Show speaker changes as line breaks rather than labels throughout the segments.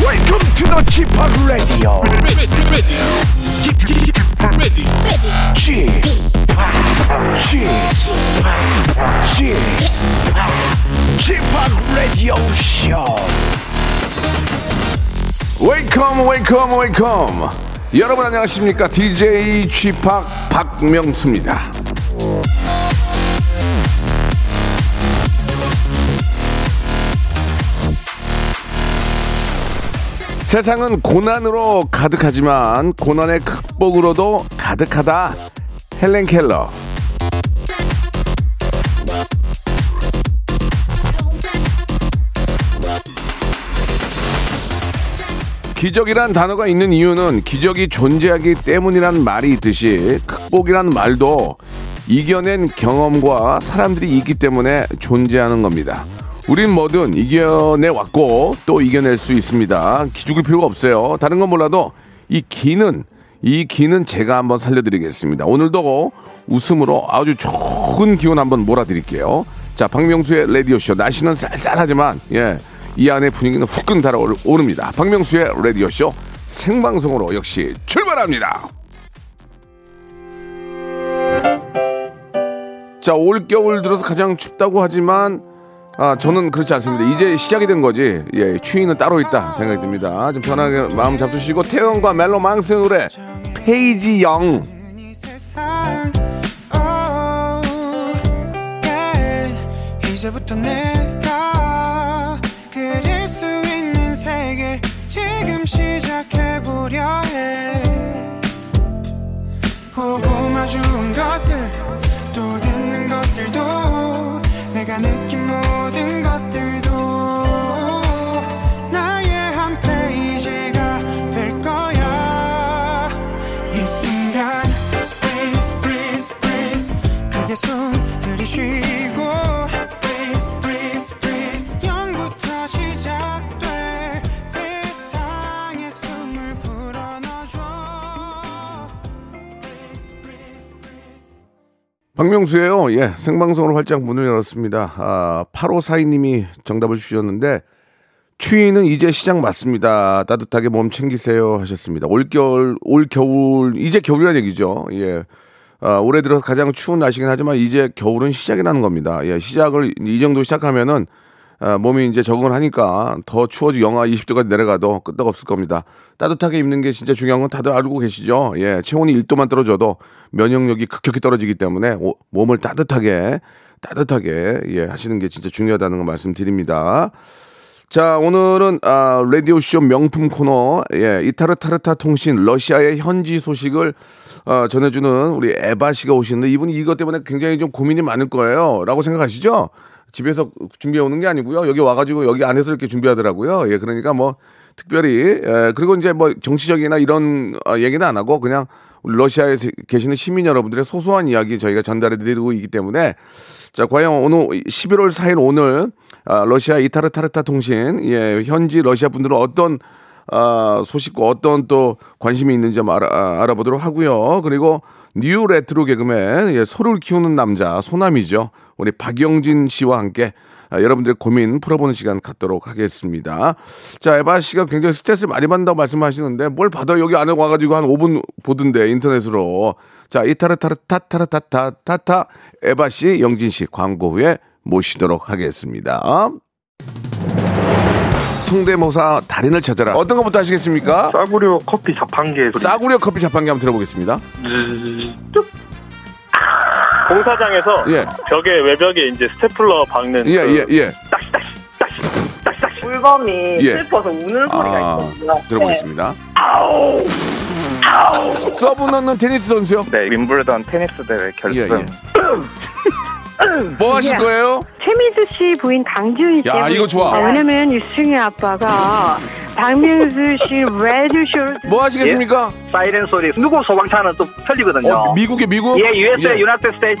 Welcome to the g p o p Radio.
ready, ready, ready, ready.
g p o p G p o p Radio Show.
웨이컴 웨이컴 웨이컴 여러분 안녕하십니까 DJ g p o p 박명수입니다 세상은 고난으로 가득하지만 고난의 극복으로도 가득하다 헬렌 켈러 기적이란 단어가 있는 이유는 기적이 존재하기 때문이란 말이 있듯이 극복이란 말도 이겨낸 경험과 사람들이 있기 때문에 존재하는 겁니다. 우린 뭐든 이겨내왔고 또 이겨낼 수 있습니다. 기죽을 필요가 없어요. 다른 건 몰라도 이 기는 이 기는 제가 한번 살려드리겠습니다. 오늘도 웃음으로 아주 좋은 기운 한번 몰아드릴게요. 자, 박명수의 라디오쇼. 날씨는 쌀쌀하지만, 예, 이 안에 분위기는 후끈 달아오릅니다. 박명수의 라디오쇼 생방송으로 역시 출발합니다. 자, 올겨울 들어서 가장 춥다고 하지만, 아, 저는 그렇지 않습니다. 이제 시작이 된 거지. 예, 추위는 따로 있다 생각이 듭니다. 좀 편하게 마음 잡수시고, 태연과 멜로 망스 노래, 페이지 영.
이 세상 oh, yeah. 이제부터 내가 그릴 수 있는 세계 지금 시작해보려 해 보고 마주온 것들 또 듣는 것들도 내가 느낀 모든 것들도 나의 한 페이지가 될 거야 이 순간 breeze breeze breeze 크게 숨 들이쉬고 breeze breeze breeze 영부터 시작될 세상에 숨을 불어넣어줘 breeze breeze breeze
박명수예요. 예, 생방송으로 활짝 문을 열었습니다. 아, 8542님이 정답을 주셨는데 추위는 이제 시작 맞습니다. 따뜻하게 몸 챙기세요 하셨습니다. 올겨울, 올겨울, 이제 겨울이라는 얘기죠. 예. 아, 올해 들어서 가장 추운 날씨긴 하지만 이제 겨울은 시작이라는 겁니다. 예, 시작을 이 정도 시작하면은 아, 몸이 이제 적응을 하니까 더 추워지 영하 20도까지 내려가도 끄떡없을 겁니다. 따뜻하게 입는 게 진짜 중요한 건 다들 알고 계시죠? 예, 체온이 1도만 떨어져도 면역력이 급격히 떨어지기 때문에 오- 몸을 따뜻하게 따뜻하게 예, 하시는 게 진짜 중요하다는 거 말씀드립니다. 자, 오늘은 아, 라디오 쇼 명품 코너 예, 이타르타르타 통신 러시아의 현지 소식을 어, 전해주는 우리 에바 씨가 오시는데 이분이 이것 때문에 굉장히 좀 고민이 많을 거예요라고 생각하시죠? 집에서 준비해 오는 게 아니고요. 여기 와가지고 여기 안에서 이렇게 준비하더라고요. 예, 그러니까 뭐 특별히 예, 그리고 이제 뭐 정치적이나 이런 어, 얘기는 안 하고 그냥 우리 러시아에 세- 계시는 시민 여러분들의 소소한 이야기 저희가 전달해 드리고 있기 때문에 자, 과연 오늘 11월 4일 오늘 아, 러시아 이타르타르타 통신 예, 현지 러시아 분들은 어떤 아, 소식과 어떤 또 관심이 있는지 한번 알아, 아, 알아보도록 하고요. 그리고 뉴 레트로 개그맨 예, 소를 키우는 남자 소남이죠. 우리 박영진 씨와 함께 아, 여러분들의 고민 풀어보는 시간 갖도록 하겠습니다. 자, 에바 씨가 굉장히 스트레스를 많이 받는다고 말씀하시는데 뭘 받아 여기 안에 와가지고 한 5분 보던데 인터넷으로. 자, 이타르타르타타르타타타타 에바 씨, 영진 씨 광고 후에 모시도록 하겠습니다. 성대모사 달인을 찾아라. 어떤 것부터 하시겠습니까?
싸구려 커피 자판기에서
싸구려 커피 자판기 한번 들어보겠습니다.
공사장에서
예.
벽에 외벽에 이제 스테플러 박는
예,
그
예, 예.
울범이
예.
슬퍼서 우는 소리가
아,
있거든요.
들어보겠습니다. 서브 넣는 테니스 선수요?
네 윈블던 테니스 대회 결승
예,
예.
뭐 하실 거예요?
최민수 씨 부인 강지훈 씨.
야, 이거 좋아.
아, 왜냐면 유승희 아빠가 박민수 씨 레드쇼를
뭐 하시겠습니까?
사이렌 소리 누구 소방차는 또 틀리거든요.
어, 미국에 미국?
예, USA,
예.
United States.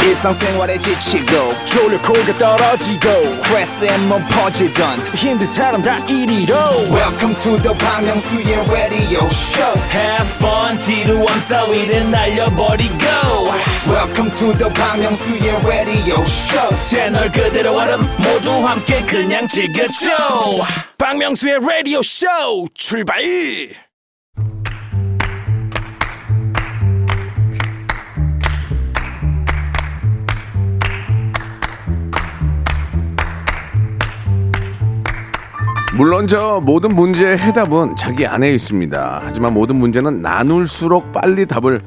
일상생활에 지치고, 졸려 코가 떨어지고, 스트레스에 몸 퍼지던, 힘든 사람 다 이리로. welcome to the Bang Myung-soo's radio show
Have fun 지루함 따위를 날려버리고
welcome to the Bang Myung-soo's radio show
채널 그대로 얼음 모두 함께 그냥 즐겨줘 박명수의 라디오 쇼 출발
물론 저 모든 문제의 해답은 자기 안에 있습니다. 하지만 모든 문제는 나눌수록 빨리 답을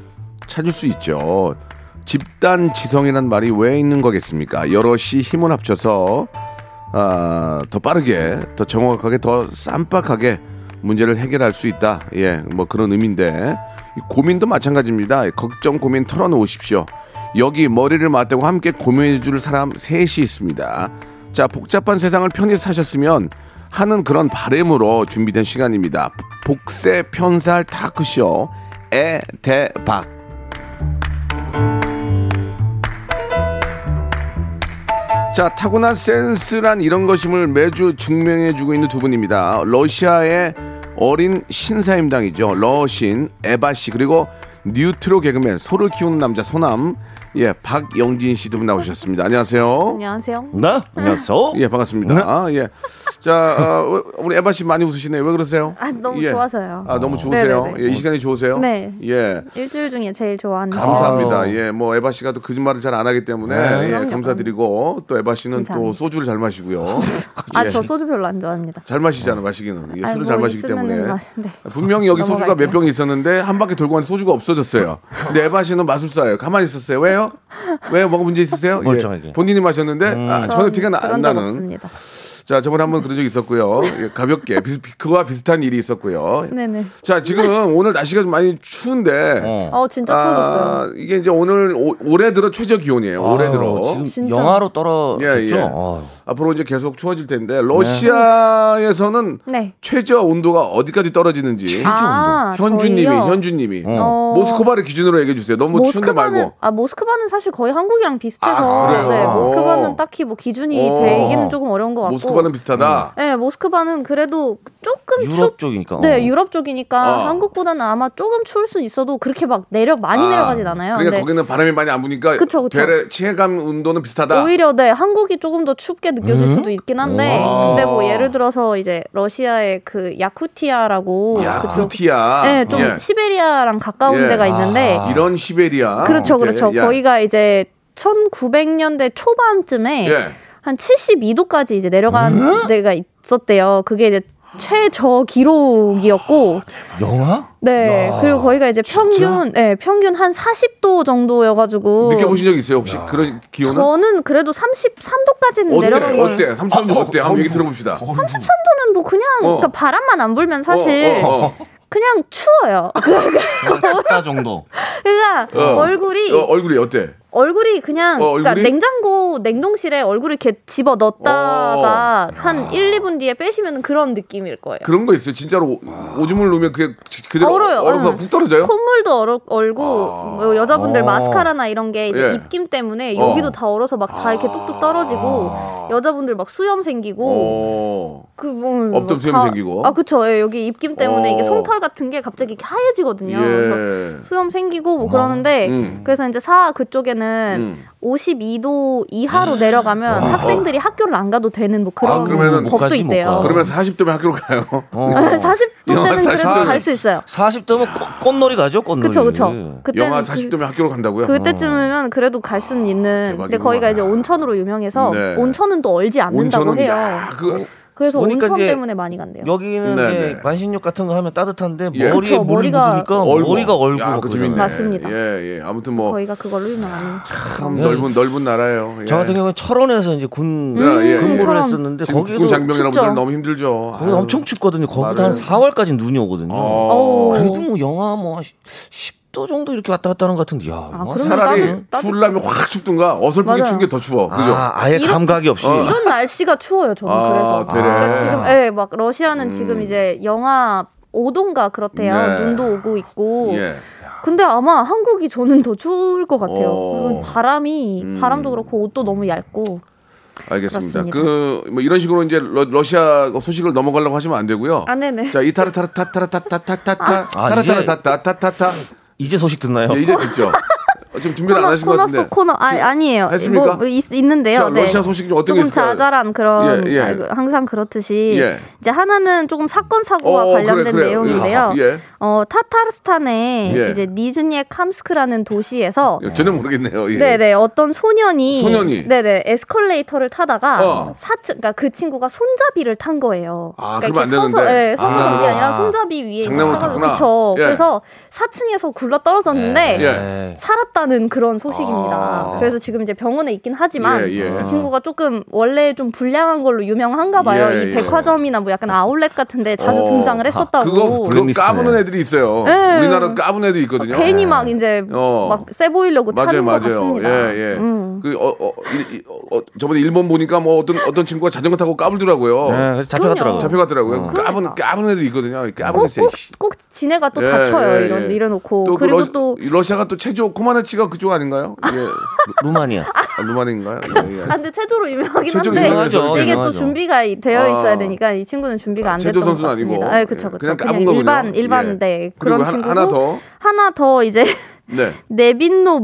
찾을 수 있죠. 집단 지성이란 말이 왜 있는 거겠습니까? 여럿이 힘을 합쳐서 아, 더 빠르게, 더 정확하게, 더 쌈박하게 문제를 해결할 수 있다. 예, 뭐 그런 의미인데 이 고민도 마찬가지입니다. 걱정 고민 털어놓으십시오. 여기 머리를 맞대고 함께 고민해줄 사람 셋이 있습니다. 자, 복잡한 세상을 편히 사셨으면 하는 그런 바램으로 준비된 시간입니다. 복세 편살 타크쇼 에대박. 자, 타고난 센스란 이런 것임을 매주 증명해주고 있는 두 분입니다. 러시아의 어린 신사임당이죠. 러신, 에바씨, 그리고 뉴트로 개그맨, 소를 키우는 남자, 소남, 예, 박영진 씨 두 분 나오셨습니다. 안녕하세요.
안녕하세요. 네.
나? 네? 안녕하세요
예, 반갑습니다. 아, 예. 자, 어, 우리 에바 씨 많이 웃으시네요. 왜 그러세요?
아, 너무
예.
좋아서요.
아, 너무 좋으세요?
네네네.
예, 이 시간이 좋으세요?
네.
예.
일주일 중에 제일 좋아하는
감사합니다. 예, 뭐 에바 씨가 또 거짓말을 잘 안 하기 때문에 예, 감사드리고 또 에바 씨는 또
네. 감사합니다.
소주를 잘 마시고요.
아,
예.
저 소주 별로 안 좋아합니다.
잘 마시잖아 마시기는 예,
아이,
술을
뭐
잘 마시기
있으면은 네.
때문에
마신데.
분명히 여기 소주가 몇
넘어갈게요.
병이 있었는데 한 바퀴 돌고 왔는데 소주가 없어졌어요. 근데 에바 씨는 마술사예요. 가만히 있었어요. 왜요? 왜요? 뭐가 문제 있으세요? 예,
멀쩡하게. 음.
본인이 마셨는데 아, 전혀
전
티가 나, 안
음, 그런 적
나는.
없습니다.
자 저번에 한 번 그런 적 있었고요. 예, 가볍게 비, 비- 그와 비슷한 일이 있었고요.
네네.
자 지금 오늘 날씨가 좀 많이 추운데
어, 진짜 추워졌어요.
아, 이게 이제 오늘 오, 올해 들어 최저 기온이에요. 올해 들어.
아, 지금
진짜.
영화로 떨어졌죠?
예, 예.
아유.
앞으로 이제 계속 추워질 텐데 러시아에서는
네.
최저 온도가 어디까지 떨어지는지
아,
뭐 현주님이
저희요?
현주님이
어.
모스크바를 기준으로 얘기해 주세요. 너무 추운데 말고.
아 모스크바는 사실 거의 한국이랑 비슷해서
아, 그래요?
네,
오.
모스크바는 딱히 뭐 기준이
오.
되기는 조금 어려운 것 같고
모스크바는 비슷하다.
네 모스크바는 그래도 조금
유럽
추
쪽이니까. 어.
네 유럽 쪽이니까
어.
한국보다는 아마 조금 추울 수 있어도 그렇게 막 내려 많이
아,
내려가진 않아요.
그러니까
네.
거기는 바람이 많이 안 부니까
그쵸, 그쵸.
되레 체감 온도는 비슷하다.
오히려 네 한국이 조금 더 춥게 느껴질 수도 있긴 한데
와.
근데 뭐 예를 들어서 이제 러시아의 그 야쿠티아라고 그쪽
야쿠티아.
네좀
예.
시베리아랑 가까운
예.
데가 있는데
이런 시베리아.
그렇죠 그렇죠
예, 예.
거기가 이제 1900년대 초반쯤에
예.
한 72도까지 이제 내려간 데가 있었대요 그게 이제 최저 기록이었고
아,
영화?
네 그리고 거기가 이제 평균 네 평균 한 40도 정도여가지고
느껴보신 적 있어요 혹시 그런 기온은?
저는 그래도 33도까지는
어때?
내려간 걸
어때? 삼촌도 어때? 한번 얘기 들어봅시다.
33도는 뭐 그냥
어.
그러니까 바람만 안 불면 사실
어, 어, 어.
그냥 추워요.
춥다 정도.
그러니까
어.
얼굴이
어, 얼굴이 어때?
얼굴이 그냥
어,
그러니까
얼굴이?
냉장고 냉동실에 얼굴을 이렇게 집어 넣었다가 한 1, 2분 뒤에 빼시면 그런 느낌일 거예요.
어. 아. 그런 거 있어요. 진짜로 오-
아.
오줌을 누면 그게 지- 그대로
얼어요,
얼어서
얼어요.
훅 떨어져요?
콧물도 얼어, 얼고 뭐 여자분들
어.
마스카라나 이런 게 이제
아. 예.
입김 때문에
어. 아.
여기도 다 얼어서 막 다 이렇게 뚝뚝 떨어지고 여자분들 막 수염 생기고
어.
그 뭐,
없던 수염이
다-
생기고.
아 그쵸 예, 여기 입김 때문에
어.
이게 솜털 같은 게 갑자기 이렇게 하얘지거든요. 음. 그래서
예.
수염 생기고 뭐 그러는데
음.
그래서 이제 사 그쪽에는
음.
52도 이하로 내려가면 학생들이 학교를 안 가도 되는 뭐
아,
그런
그러면은
법도
못 가지, 못 가.
있대요.
그러면 40도면 학교로 가요.
아,
어.
40도 때는
영하
그래도
40도 는-
갈 수 있어요.
40도면 꽃, 꽃놀이 가죠, 꽃놀이.
그쵸 그쵸. 그때는
영하 40도면 학교로 간다고요? 아,
그, 때쯤이면 그래도 갈 수는 있는. 근데 거기가 이제 온천으로 유명해서
네.
온천은 또 얼지 않는다고
온천은
해요.
야, 그
그래서
그러니까
온천
이제
때문에 많이 간대요.
여기는
네,
이제
네.
만신욕 같은 거 하면 따뜻한데
예.
머리에
그쵸,
물이
머리가-
묻으니까
얼고.
어, 머리가 얼고
야, 그거 재밌네.
맞습니다.
예, 예. 아무튼 뭐 참
거기가 그걸로 유명한.
예.
넓은 넓은 나라예요. 예.
저 같은 경우는 철원에서 이제 군
음, 예, 예.
근무를
철원.
했었는데
지금
거기도
국군 장병이라분들
춥죠.
너무 힘들죠.
거기
아유.
엄청 춥거든요. 거기도
말을-
한 4월까지 눈이 오거든요.
어.
그래도 뭐 영하 뭐 한 10도 정도 이렇게 왔다 갔다 하는 것 같은데, 야. 뭐
그러면
차라리
따뜻- 따뜻-
추울라면 확 춥든가 어설프게
맞아요.
추운 게 더 추워. 그죠? 어.
아, 아예
이런-
감각이 없이.
이런 날씨가 추워요, 저는
아,
그래서.
되네. 음.
그러니까 지금, 예, 막 러시아는 지금 이제 영하 25도인가 그렇대요.
네.
눈도 오고 있고.
예.
근데 아마 한국이 저는 더 추울 것 같아요.
어.
그리고 바람이
음.
바람도 그렇고 옷도 너무 얇고.
알겠습니다.
그렇습니다.
그 뭐 이런 식으로 이제 러, 러시아 소식을 넘어가려고 하시면 안 되고요.
아, 네네.
자, 이타르타르타타타타타타
아,
타르타르타타타타타
이제 소식 듣나요?
예, 이제 듣죠. 어, 지금 준비를 안
예. 코너
하신 것
코너
같은데.
속 코너 아, 아니에요.
했습니까?
뭐 있, 있는데요.
자, 러시아 소식 좀 어떤 게
조금
있을까요?
자잘한 그런
예, 예.
아이고, 항상 그렇듯이
예.
이제 하나는 조금 사건 사고와
어,
관련된
그래, 그래요.
내용인데요.
예.
어, 타타르스탄의
예.
이제 니즈니에 캄스크라는 도시에서
예, 전혀 모르겠네요. 예.
네네 어떤 소년이,
소년이?
네네 에스컬레이터를 타다가
어.
사층 그러니까 그 친구가 손잡이를 탄 거예요.
아,
그러니까
그러면 안
서서
되는데.
예, 서서 그게
아.
아니라 손잡이 위에
장난으로 탔구나.
그쵸.
예.
그래서 4층에서 굴러 떨어졌는데
예.
네,
살았다는 그런 소식입니다.
아.
그래서 지금 이제 병원에 있긴 하지만
예, 예.
그 친구가 조금 원래 좀 불량한 걸로 유명한가 봐요.
예,
이
예.
백화점이나 뭐 약간 아울렛 같은데 자주
어.
등장을 했었다고.
그거 그거
블랙리스트네.
까부는 애들이 있어요.
예.
우리나라 까부는 애들이 있거든요.
괜히 막 이제
예. 어.
막 세 보이려고
맞아요,
타는 것
맞아요.
같습니다.
예, 예.
음.
그, 어, 어, 이- 이- 어, 어, 저번에 일본 보니까 뭐 어떤, 어떤 친구가 자전거 타고 까불더라고요.
네, 그래서 잡혀갔더라고요.
잡혀갔더라고요. 까부는, 까부는 애들이 있거든요. 까부는
그러니까. 꼭,
애들.
꼭, 꼭 지네가 또
예,
다쳐요.
예,
이런,
예.
이래놓고.
또 그
그리고
러시,
또.
러시아가 또 체조 코마네치가 그쪽 아닌가요? 예.
루마니아.
아, 루마니인가요? 예, 예.
아, 근데 체조로 유명하긴
체조
한데.
유명하죠.
이게 또
유명하죠.
준비가 이- 되어
아.
있어야 되니까 이 친구는 준비가 안
체조
됐던 것
선수는 아니고.
같습니다. 네, 그쵸,
예,
그쵸.
그냥
그냥,
까본 거군요.
일반, 일반,
예.
네.
그리고
그런
하나-
친구고.
하나 더?
하나 더 이제,
네.
네빈노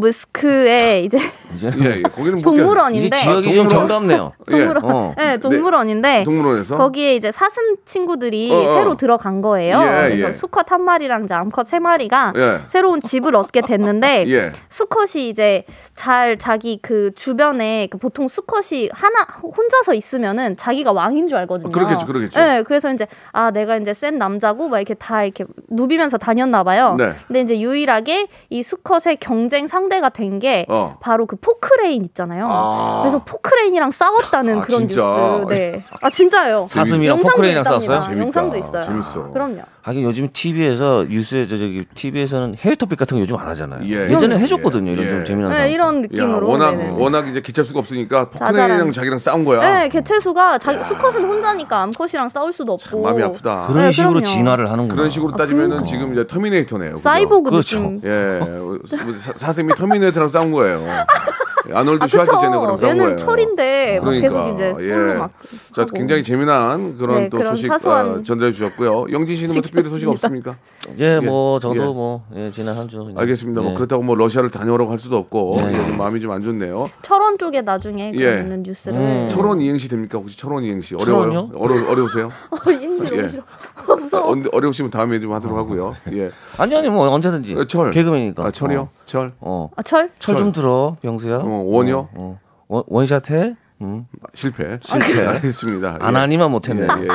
무스크의 이제
이제
예, 예. 거기는 못
이제
동물원인데.
지역이
동물원.
좀 정답네요.
예.
동물원.
어.
네, 동물원인데.
깼- 동물원에서.
거기에 이제 사슴 친구들이
어, 어.
새로 들어간 거예요.
예,
그래서
예.
수컷 한 마리랑 이제 암컷 세 마리가
예.
새로운 집을 얻게 됐는데
예.
수컷이 이제 잘 자기 그 주변에 그 보통 수컷이 하나 혼자서 있으면은 자기가 왕인 줄 알거든요.
어, 그렇겠죠, 그렇겠죠.
예, 그래서 이제 아 내가 이제 센 남자고 막 이렇게 다 이렇게 누비면서 다녔나 봐요.
네.
근데 이제 유일하게 이 수컷의 경쟁 상대가 된 게
어.
바로 그 포크레인 있잖아요.
아.
그래서 포크레인이랑 싸웠다는
아,
그런
진짜.
뉴스. 네. 아 진짜예요.
사슴이랑
영상도
포크레인이랑
있답니다.
싸웠어요?
재밌다.
영상도 있어요.
재밌어.
그럼요.
하긴 요즘 TV에서 뉴스에 저 저기 TV에서는 해외 토픽 같은 거 요즘 안 하잖아요.
예.
예. 전에
예.
해줬거든요. 이런
예.
좀 재미난
네,
사람.
이런
야,
느낌으로.
워낙,
네네네.
워낙 이제 기찰 수가 없으니까 포크레인이랑
자잘한.
자기랑 싸운 거야.
네, 개체수가 자기 수컷은 혼자니까 암컷이랑 싸울 수도 없고.
마음이 아프다.
그런
네,
식으로
그럼요.
진화를 하는구나.
그런 식으로 따지면은 지금 이제 터미네이터네요. 그죠?
아, 그러니까. 사이보그
그렇죠.
느낌.
예, 사- 사슴이 터미네이터랑 싸운 거예요. 예, 아놀드
아, 그쵸.
슈아츠제네거랑 싸운 거예요.
얘는 철인데 막
그러니까,
계속 이제
예.
털로 막.
자,
하고.
굉장히 재미난 그런
네,
또
그런
소식
사소한
아, 전달해 주셨고요. 영진 씨는 뭐 특별히 소식 없습니까?
예, 뭐 저도
예.
뭐 예, 지난 한 주. 그냥.
알겠습니다. 뭐
예.
그렇다고 뭐 러시아를 다녀오라고 할 수도 없고
네.
예, 좀 마음이 좀 안 좋네요.
철원 쪽에 나중에 그
예.
있는 뉴스를.
음.
철원 이행시 됩니까? 혹시 철원 이행시 어려워요?
철원이요?
어려 어려우세요?
어, 이행시
예.
너무 싫어. 무서워.
어, 어려우시면 다음에 좀 하도록 하고요. 예,
아니 아니 뭐 언제든지.
어, 철
개그맨이니까.
아, 철이요? 철.
어.
아, 철?
철 좀 들어, 병수야.
어, 원이요?
어. 원, 원샷 해. 음.
실패.
실패.
알겠습니다.
안
예.
하니만 못 했네.
예, 예.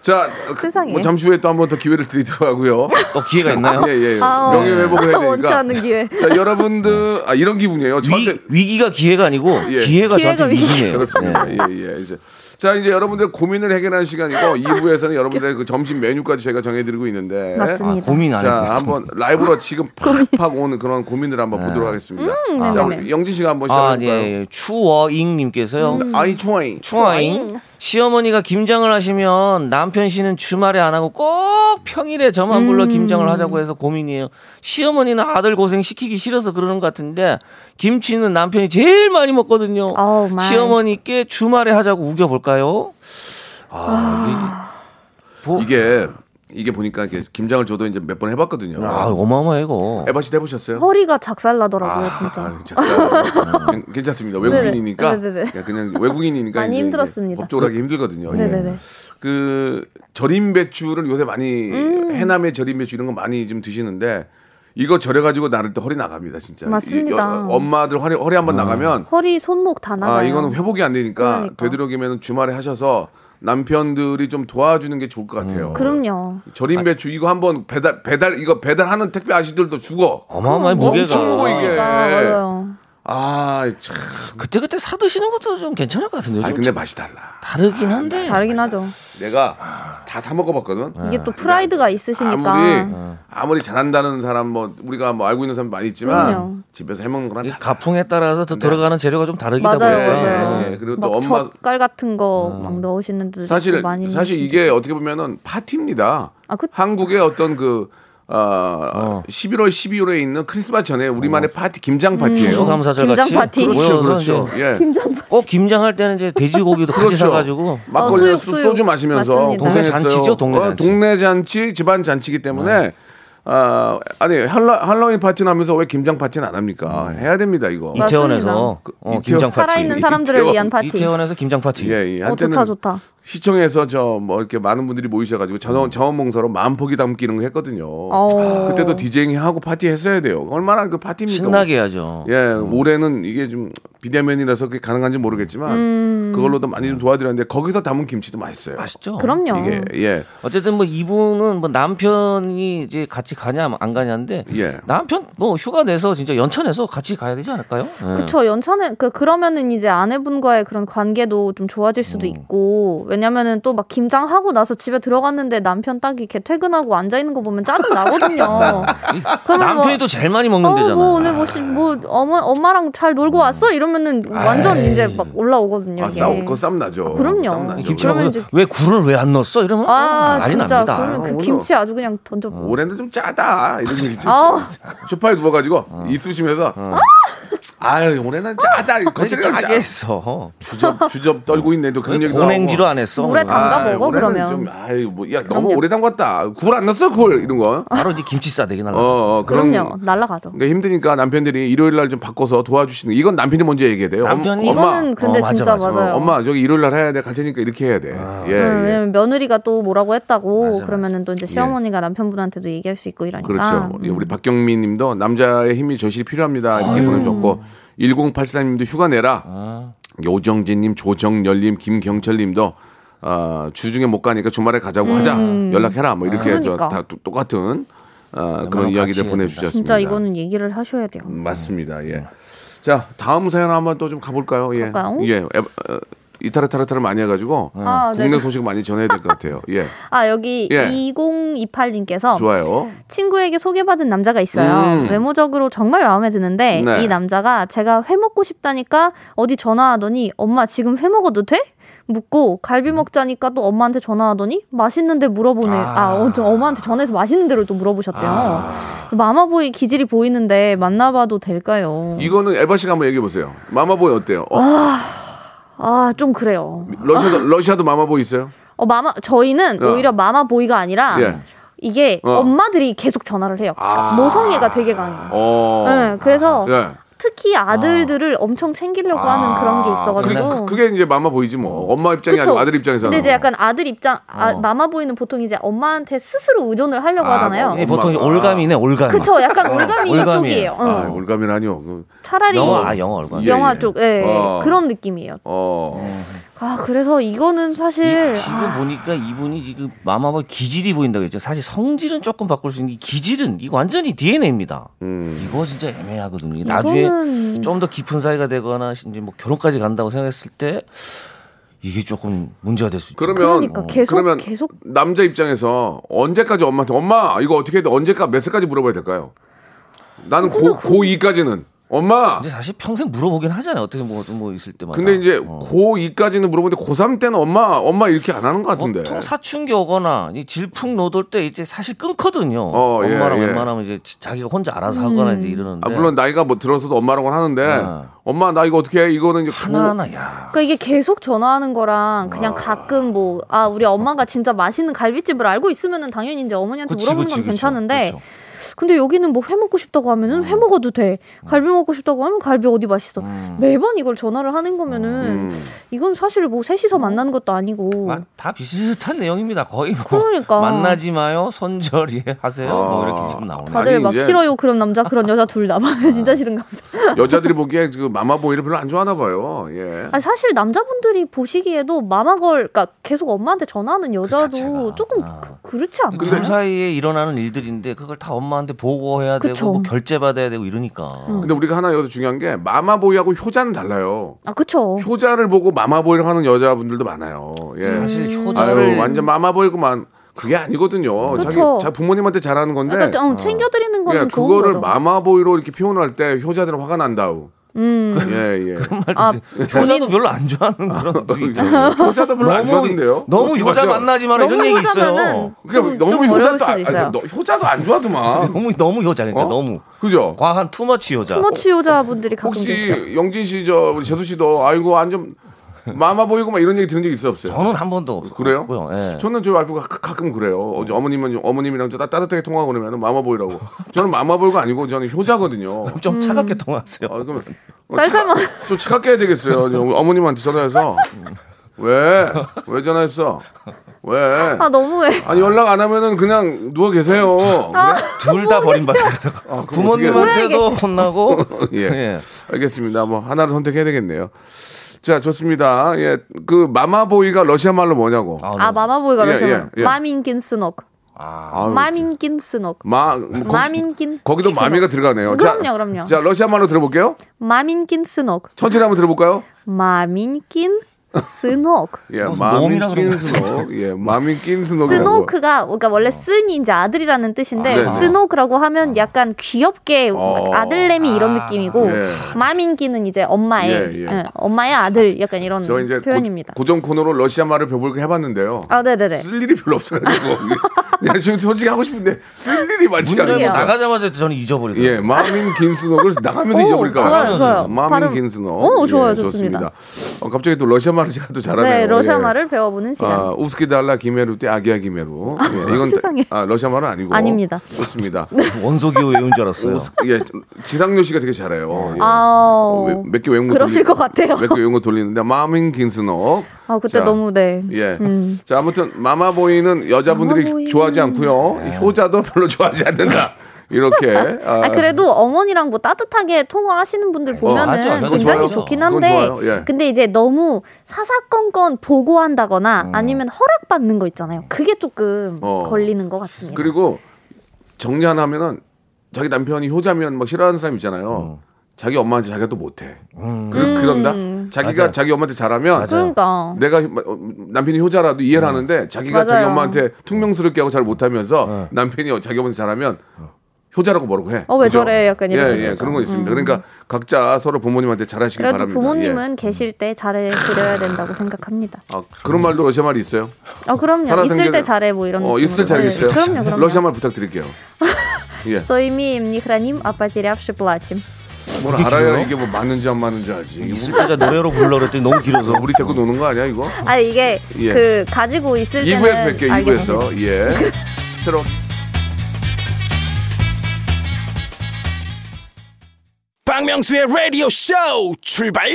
자,
세상에.
뭐 잠시 후에 또 한 번 더 기회를 드리도록 하고요.
또 기회가 있나요?
예, 예.
아,
명예 회복을 해야 되니까.
원치 않는 기회.
자, 여러분들 아 이런 기분이에요. 저한테
위, 위기가 기회가 아니고
예.
기회가,
기회가
저한테
위기.
위기네요.
그렇습니다.
네.
예, 예. 이제 자, 이제 여러분들 고민을 해결하는
아,
시간이고
네.
2부에서는 여러분들의 그 점심 메뉴까지 제가 정해 드리고 있는데
아,
맞습니다.
고민 안
자,
했네.
한번 라이브로 지금 팍팍 오는 그런 고민을 한번 보도록 하겠습니다. 자,
네. 음, 네네네. 음.
우리 영진 씨가 한번
아,
시작해
예,
볼까요? 음.
예. 추워잉님께서요.
아이 추아이.
추워잉. 시어머니가 김장을 하시면 남편 씨는 주말에 안 하고 꼭 평일에 저만 불러
음.
김장을 하자고 해서 고민이에요. 시어머니는 아들 고생 시키기 싫어서 그러는 것 같은데 김치는 남편이 제일 많이 먹거든요.
어우, 마이.
시어머니께 주말에 하자고 우겨볼까요? 아, 이게, 뭐-
이게 이게 보니까 이게 김장을 저도 이제 몇 번 해봤거든요.
아, 어마어마해 이거.
에바 씨도 해보셨어요?
허리가 작살나더라고요, 진짜.
아유, 작다. 그냥 괜찮습니다. 외국인이니까
네네. 네네네.
그냥- 그냥 외국인이니까
많이
이제
힘들었습니다.
법적으로 하기 힘들거든요. 예.
네네네.
그 절임 배추를 요새 많이
음.
해남의 절임 배추 이런 거 많이 좀 드시는데 이거 절여 가지고 나를 때 허리 나갑니다 진짜.
맞습니다. 아.
이 여- 엄마들 허리 허리 한번 나가면
허리, 손목 다 나가요.
아 이거는 회복이 안 되니까
그러니까.
되도록이면 주말에 하셔서 남편들이 좀 도와주는 게 좋을 것 같아요.
음, 그럼요. 아.
절임 배추 이거 한번 배달 배달 이거 배달하는 택배 아저씨들도 죽어.
어마어마해 무게가.
엄청 무거워, 이게. 예.
아, 맞아요.
아 참.
그때 그때 사 드시는 것도 좀 괜찮을 것 같은데.
아
요
근데 맛이 달라.
다르긴
아,
한데.
다르긴 하죠.
아.
내가 다 사 먹어봤거든.
이게 또 프라이드가 있으시니까.
네. 아무리 아무리 잘한다는 사람 뭐 우리가 뭐 알고 있는 사람 많이 있지만
그럼요.
집에서 해먹는 거랑
이
다
가풍에 따라서 또
네.
들어가는 재료가 좀 네. 다르기다
맞아요,
보니까.
맞아요.
예, 예. 그리고
막
또 엄마 아.
젓갈 같은 거 막 넣으시는 분들
사실
많이
사실
있는데. 아,
이게 어떻게 보면은 파티입니다. 한국의 어떤 그
어.
아, 11월 12월에 있는 크리스마스 전에 우리만의 파티 김장 파티예요.
음.
추수감사절
김장
같이
파티.
그렇죠,
어. 모여서
그렇죠.
이제
예.
꼭 김장할 때는 이제 돼지고기도 같이
그렇죠.
사가지고
막걸리
어, 수육,
소-
수육.
소주 마시면서
맞습니다.
동네
고생했어요.
잔치죠, 동네
어,
잔치. 네.
동네 잔치, 집안 잔치기 때문에 아, 아니 할로, 할로윈 파티는 하면서 왜 김장 파티는 안 합니까?
음.
해야 됩니다 이거.
맞-
이태원에서 어,
이태원.
김장 파티.
그 살아있는 사람들을
이태원.
위한 파티.
이태원에서 김장 파티.
예, 예.
어,
한때는
좋다, 좋다.
시청에서 저 뭐 이렇게 많은 분들이 모이셔가지고 자원 자원봉사로 마음폭이 담기는 거 했거든요.
음. 어.
그때도 디제잉 하고 파티 했어야 돼요. 얼마나 그 파티입니까?
신나게 해야죠.
예,
음.
올해는 이게 좀 비대면이라서 그게 가능한지 모르겠지만
음.
그걸로도 많이 좀 도와드렸는데 거기서 담은 김치도 맛있어요.
아,
맛있죠.
그럼요.
이게 예.
어쨌든 뭐 이분은 뭐 남편이 이제 같이 가냐 안 가냐인데
예.
남편 뭐 휴가 내서 진짜 연차 내서 같이 가야 되지 않을까요? 예.
네.
그쵸 연차는 그 그러면은 이제 아내분과의 그런 관계도 좀 좋아질 수도
어.
있고 왜냐면은 또 막 김장하고 나서 집에 들어갔는데 남편 딱 이렇게 퇴근하고 앉아 있는 거 보면 짜증 나거든요.
이
그러면
남편이
뭐-
또 제일 많이 먹는
어,
데잖아.
뭐 오늘 뭐뭐 엄마 엄마랑 잘 놀고 왔어 이러면은 완전
에이.
이제 막 올라오거든요.
음. 아,
이게.
싸움 그거 쌈 나죠.
그럼요.
쌈 나죠.
아, 김치랑
그러면
무슨-
이제-
왜 굴을 왜 안 넣었어? 이러면
아,
난리
진짜
납니다.
그러면
아,
그
오늘- 어,
김치 아주 그냥 던져.
올해는 좀 짜다 이런 얘기지.
아.
소파에 누워가지고
어.
이쑤시면서 아유 올해는 짜다.
어.
그렇게
겉절이
짜게 했어.
주접 주접 떨고 있네도 그런 얘기도
고냉지로
하고.
안 했어.
물에
오늘.
담가
아유,
먹어,
올해는
그러면.
좀 아유 뭐야 너무 오래 담갔다. 굴 안 넣었어 굴 이런 거.
바로 이제 김치 싸대기 날라.
어, 어 그런
그럼요 날라가죠.
그러니까 힘드니까 남편들이 일요일 날 좀 바꿔서 도와주시는 이건 남편이 먼저 얘기해야 돼요. 예, 엄-
남편이-
이거는 근데
어, 맞아,
진짜
맞아.
맞아요.
어, 엄마 저기 일요일 날 해야 돼 갈 테니까 이렇게 해야 돼. 예,
네,
예.
왜냐면 며느리가 또 뭐라고 했다고
맞아, 맞아.
그러면은 또 이제 시어머니가 남편분한테도 얘기할 수 있고 이러니까 음,
그렇죠. 예, 우리 박경민 님도 남자의 힘이 절실히 필요합니다. 이렇게 보내주셨고, 1084 님도 휴가 내라.
아.
요정진 님, 조정열 님, 김경철 님도 아, 주중에 못 가니까 주말에 가자고 하자. 연락해라. 뭐 이렇게
음.
저
그러니까.
다 똑같은 아, 그런
같이
이야기들
해야
보내주셨습니다.
진짜 이거는 얘기를 하셔야 돼요.
맞습니다. 예. 자, 다음 사연 한번 또 좀 가볼까요? 예.
그럴까요?
예. 에, 어, 이타르타르타를 많이 해가지고
아, 네.
국내 소식 많이 전해야 될 것 같아요. 예.
아 여기
예.
2028님께서
좋아요.
친구에게 소개받은 남자가 있어요.
음.
외모적으로 정말 마음에 드는데
네.
이 남자가 제가 회 먹고 싶다니까 어디 전화하더니 엄마 지금 회 먹어도 돼? 묻고
음.
갈비 먹자니까 또 엄마한테 전화하더니 맛있는데 물어보네. 아, 어, 저 엄마한테 전화해서 맛있는 데를 또 물어보셨대요.
아.
마마보이 기질이 보이는데 만나봐도 될까요?
이거는 에바 씨가 한번 얘기해 보세요. 마마보이 어때요? 어,
아 좀 그래요.
러시아도 러시아도 마마보이 있어요?
어 마마 저희는
어.
오히려 마마보이가 아니라
예.
이게
어.
엄마들이 계속 전화를 해요.
아.
모성애가 되게 강해요.
어.
네, 그래서
예.
특히 아들들을 엄청 챙기려고 하는 그런 게 있어가지고.
아. 그, 그, 게 이제 마마보이지 뭐. 엄마 입장이
그쵸.
아니고 아들 입장에서.
근데 이제 약간 아들 입장, 아, 마마보이는 보통 이제 엄마한테 스스로 의존을 하려고
아,
하잖아요.
이게 보통 이제 올감이네 올감.
그쵸, 약간 올감이
올감이에요.
쪽이에요. 어.
어, 아, 올가미라니요. 그,
차라리
영화 아 영화 얼굴.
예,
영화
예.
쪽, 예,
어.
그런 느낌이에요.
어.
음.
아, 그래서 이거는 사실.
이- 지금
아,
보니까 이분이 지금 마마보 기질이 보인다고 했죠. 사실 성질은 조금 바꿀 수 있는 게 기질은 이거 완전히 DNA입니다.
음.
이거 진짜 애매하거든요. 이게 나중에
이거는-
좀 더 깊은 사이가 되거나 이제 뭐 결혼까지 간다고 생각했을 때 이게 조금 문제가 될 수 있죠.
그러면
그러니까 계속,
그러면
계속.
남자 입장에서 언제까지 엄마한테 엄마 이거 어떻게 해야 돼? 언제까지 몇 살까지 물어봐야 될까요? 나는 고, 고2까지는 엄마
근데 사실 평생 물어보긴 하잖아요. 어떻게 뭐, 뭐 있을 때마다.
근데 이제
어.
고2까지는 물어보는데 고3 때는 엄마 엄마 이렇게 안 하는 것 같은데.
보통 사춘기 오거나 이 질풍노돌 때 이제 사실 끊거든요.
어, 예,
엄마랑
예.
웬만하면 이제 지- 자기가 혼자 알아서 하거나
음.
이제 이러는데
아, 물론 나이가 뭐 들어서도 엄마라고 하는데
아.
엄마 나 이거 어떻게 해? 이거는 이제 고-
하나하나 야.
그러니까 이게 계속 전화하는 거랑 그냥 가끔 뭐, 아, 우리 엄마가 진짜 맛있는 갈비집을 알고 있으면은 당연히 이제 어머니한테
그치,
물어보는
그치,
건
그치.
그렇죠.
괜찮은데.
그쵸.
근데 여기는 뭐 회 먹고 싶다고 하면은
음.
회 먹어도 돼. 갈비 먹고 싶다고 하면 갈비 어디 맛있어.
음.
매번 이걸 전화를 하는 거면은
음.
이건 사실 뭐 셋이서 만나는 것도 아니고.
아, 다 비슷한 내용입니다. 거의 뭐
그러니까.
만나지 마요, 손절이 하세요.
아,
뭐 이렇게 지금 나오네요.
다들
아니,
막
이제- 아.
싫어요 그런 남자 그런 여자 둘 다. 진짜 싫은가 보다.
여자들이 보기에 그 마마보이를 별로 안 좋아하나 봐요. 예.
아니, 사실 남자분들이 보시기에도 마마걸 그러니까 계속 엄마한테
그
전화하는 여자도
자체가.
조금
아.
그, 렇지 않나요?
둘 사이에 일어나는 일들인데 그걸 다 엄마한테 보고해야
그쵸. 음.
되고 뭐 결제 받아야 되고 이러니까.
근데 우리가 하나 여기서 중요한 게 마마보이하고 효자는 달라요.
아, 그쵸.
효자를 보고 마마보이를 하는 여자분들도 많아요. 예.
음.
사실 효자를
아유 완전 마마보이구만 그게 아니거든요. 자기
그쵸.
자 부모님한테 잘하는 건데
그러니까 좀 챙겨드리는 거는
예,
좋은
그거를
거죠.
마마보이로 이렇게 표현할 때 효자들은 화가 난다우.
음.
예, 예.
그런 말도
아,
있어요. 효자도 별로 안 좋아하는 그런 분들이 있잖아요.
효자도 별로 안
너무-
좋아하던데요?
너무 효자 만나지 마라
너무
이런 얘기 있어요.
효자면은
그러니까
좀-
너무
좀 어려울
효자도
수도
안,
있어요.
아니, 너- 효자도 안 좋아하더만.
너무 너무 효자 그러니까
어?
너무
그죠?
과한 투머치 효자.
투머치 여자분들이 가끔 계세요.
어, 혹시 영진 씨 저 우리 재수 씨도 아이고 완전 마마 보이고 막 이런 얘기 들은 적 있어요 없어요?
저는 한 번도 없-
그래요?
없고요. 예.
저는 저희 와이프가 가- 가끔 그래요. 어제 어머님은 어머님이랑 저 따- 따뜻하게 통화하고 그러면 마마 보이라고. 저는 마마 보이가 아니고 저는 효자거든요.
좀
음.
차갑게 통화하세요.
아, 그럼 어,
쌀쌀만
차- 좀 차갑게 해야 되겠어요. 저 어머님한테 전화해서 왜? 왜 전화했어? 왜?
아 너무해.
아니 연락 안 하면은 그냥 누워 계세요.
아.
둘 다 버림받아요. 부모님한테도 혼나고
예.
네.
예.
알겠습니다. 뭐 하나를 선택해야 되겠네요. 자, 좋습니다. 예, 그 마마보이가 러시아 말로 뭐냐고.
아 마마보이가
예,
그러잖아.
예, 예.
마민킨 스녹.
아유,
마민킨 스녹.
마, 뭐 거,
마민킨.
거기도
스녹.
마미가 들어가네요. 자,
그럼요, 그럼요.
자, 러시아 말로 들어볼게요.
마민킨 스녹.
천천히 한번 들어볼까요?
마민킨 스녹.
예,
무슨 놈이라 그러는
마민킨스노. 예, 마민킨스노.
스노크가 그러니까 원래 쓴이 이제 아들이라는 뜻인데
어. 아, 네네. 아.
스노크라고 하면 약간 귀엽게
어.
아들내미 이런 느낌이고
예.
마민기는 이제 엄마의
예, 예.
예, 엄마의 아들 약간 이런
저 이제
표현입니다.
고, 고정 코너로 러시아 말을 배워볼까 해봤는데요.
아, 네네네.
쓸 일이 별로 없어가지고. 내가 지금 솔직히 하고 싶은데 쓸 일이 많지
문 열고
않아요.
나가자마자 저는 잊어버리더라고요.
예, 마민 긴스노를 나가면서
오,
잊어버릴까
좋아요,
봐요.
좋아요.
마민
발음.
긴스노.
오, 좋아요,
예,
좋습니다.
어, 갑자기 또 러시아 말을 제가 또 잘하네요.
네, 러시아
예.
말을 배워보는 시간.
아, 우스키 달라 기메루 때 아기야 기메루. 예, 이건
세상에.
아, 러시아 말은 아니고.
아닙니다. 네.
좋습니다.
원소기호 외운 줄 알았어요.
예, 지상렬 씨가 되게 잘해요. 예.
네. 아우.
몇 개 외운 거
그러실
돌리-
것 같아요.
몇개 외운 거 돌리는데 마민 긴스노.
아 그때
자,
너무 네.
예. 자, 아무튼 마마보이는 여자분들이
마마보이는- 네.
좋아하지 않고요. 효자도 별로 좋아하지 않는다. 이렇게. 아, 어,
아, 그래도 어머니랑 뭐 따뜻하게 통화하시는 분들 보면은
맞아, 맞아.
굉장히
그건 좋아요.
좋긴
그건
한데
좋아요. 예.
근데 이제 너무 사사건건 보고한다거나 아니면 허락받는 거 있잖아요. 그게 조금
음. 어.
걸리는 것 같습니다.
그리고 정리 하나 하면은 자기 남편이 효자면 막 싫어하는 사람 있잖아요.
음.
자기 엄마한테 자기가 또 못해. 그,
음.
그런다. 자기가
맞아요.
자기 엄마한테 잘하면
그러니까
내가 효- 남편이 효자라도 이해를 하는데 자기가 자기
맞아요.
엄마한테 퉁명스럽게 하고 잘 못하면서 남편이 어, 자기 엄마한테 잘하면 효자라고 뭐라고 해.
어, 왜
그죠?
저래? 약간 이런
예, 예,
거죠. 음.
그런 거 있습니다. 그러니까 각자 서로 부모님한테 잘하시길
그래도
바랍니다. 음.
부모님은 계실 때 잘해 드려야 된다고 생각합니다.
예. 아, 그런 말도 러시아 말이 있어요.
아 그럼요.
살아생전에-
있을 때 잘해 뭐 이런
어, 있을
느낌으로.
잘
네,
있어요.
그럼요, 그럼요.
러시아 말 부탁드릴게요. 예.
Что имеем, не храним, а потерявши плачем.
뭘 알아야 이게 뭐 맞는지 안 맞는지 알지. 이게
있을 때자 노래로 불러 그랬더니 너무 길어서
우리 데리고 노는 거 아니야 이거?
아 이게
예.
그 가지고 있을 때는
2부에서 뵐게요.
알겠습니다.
2부에서 예. 스트로
박명수의 라디오 쇼 출발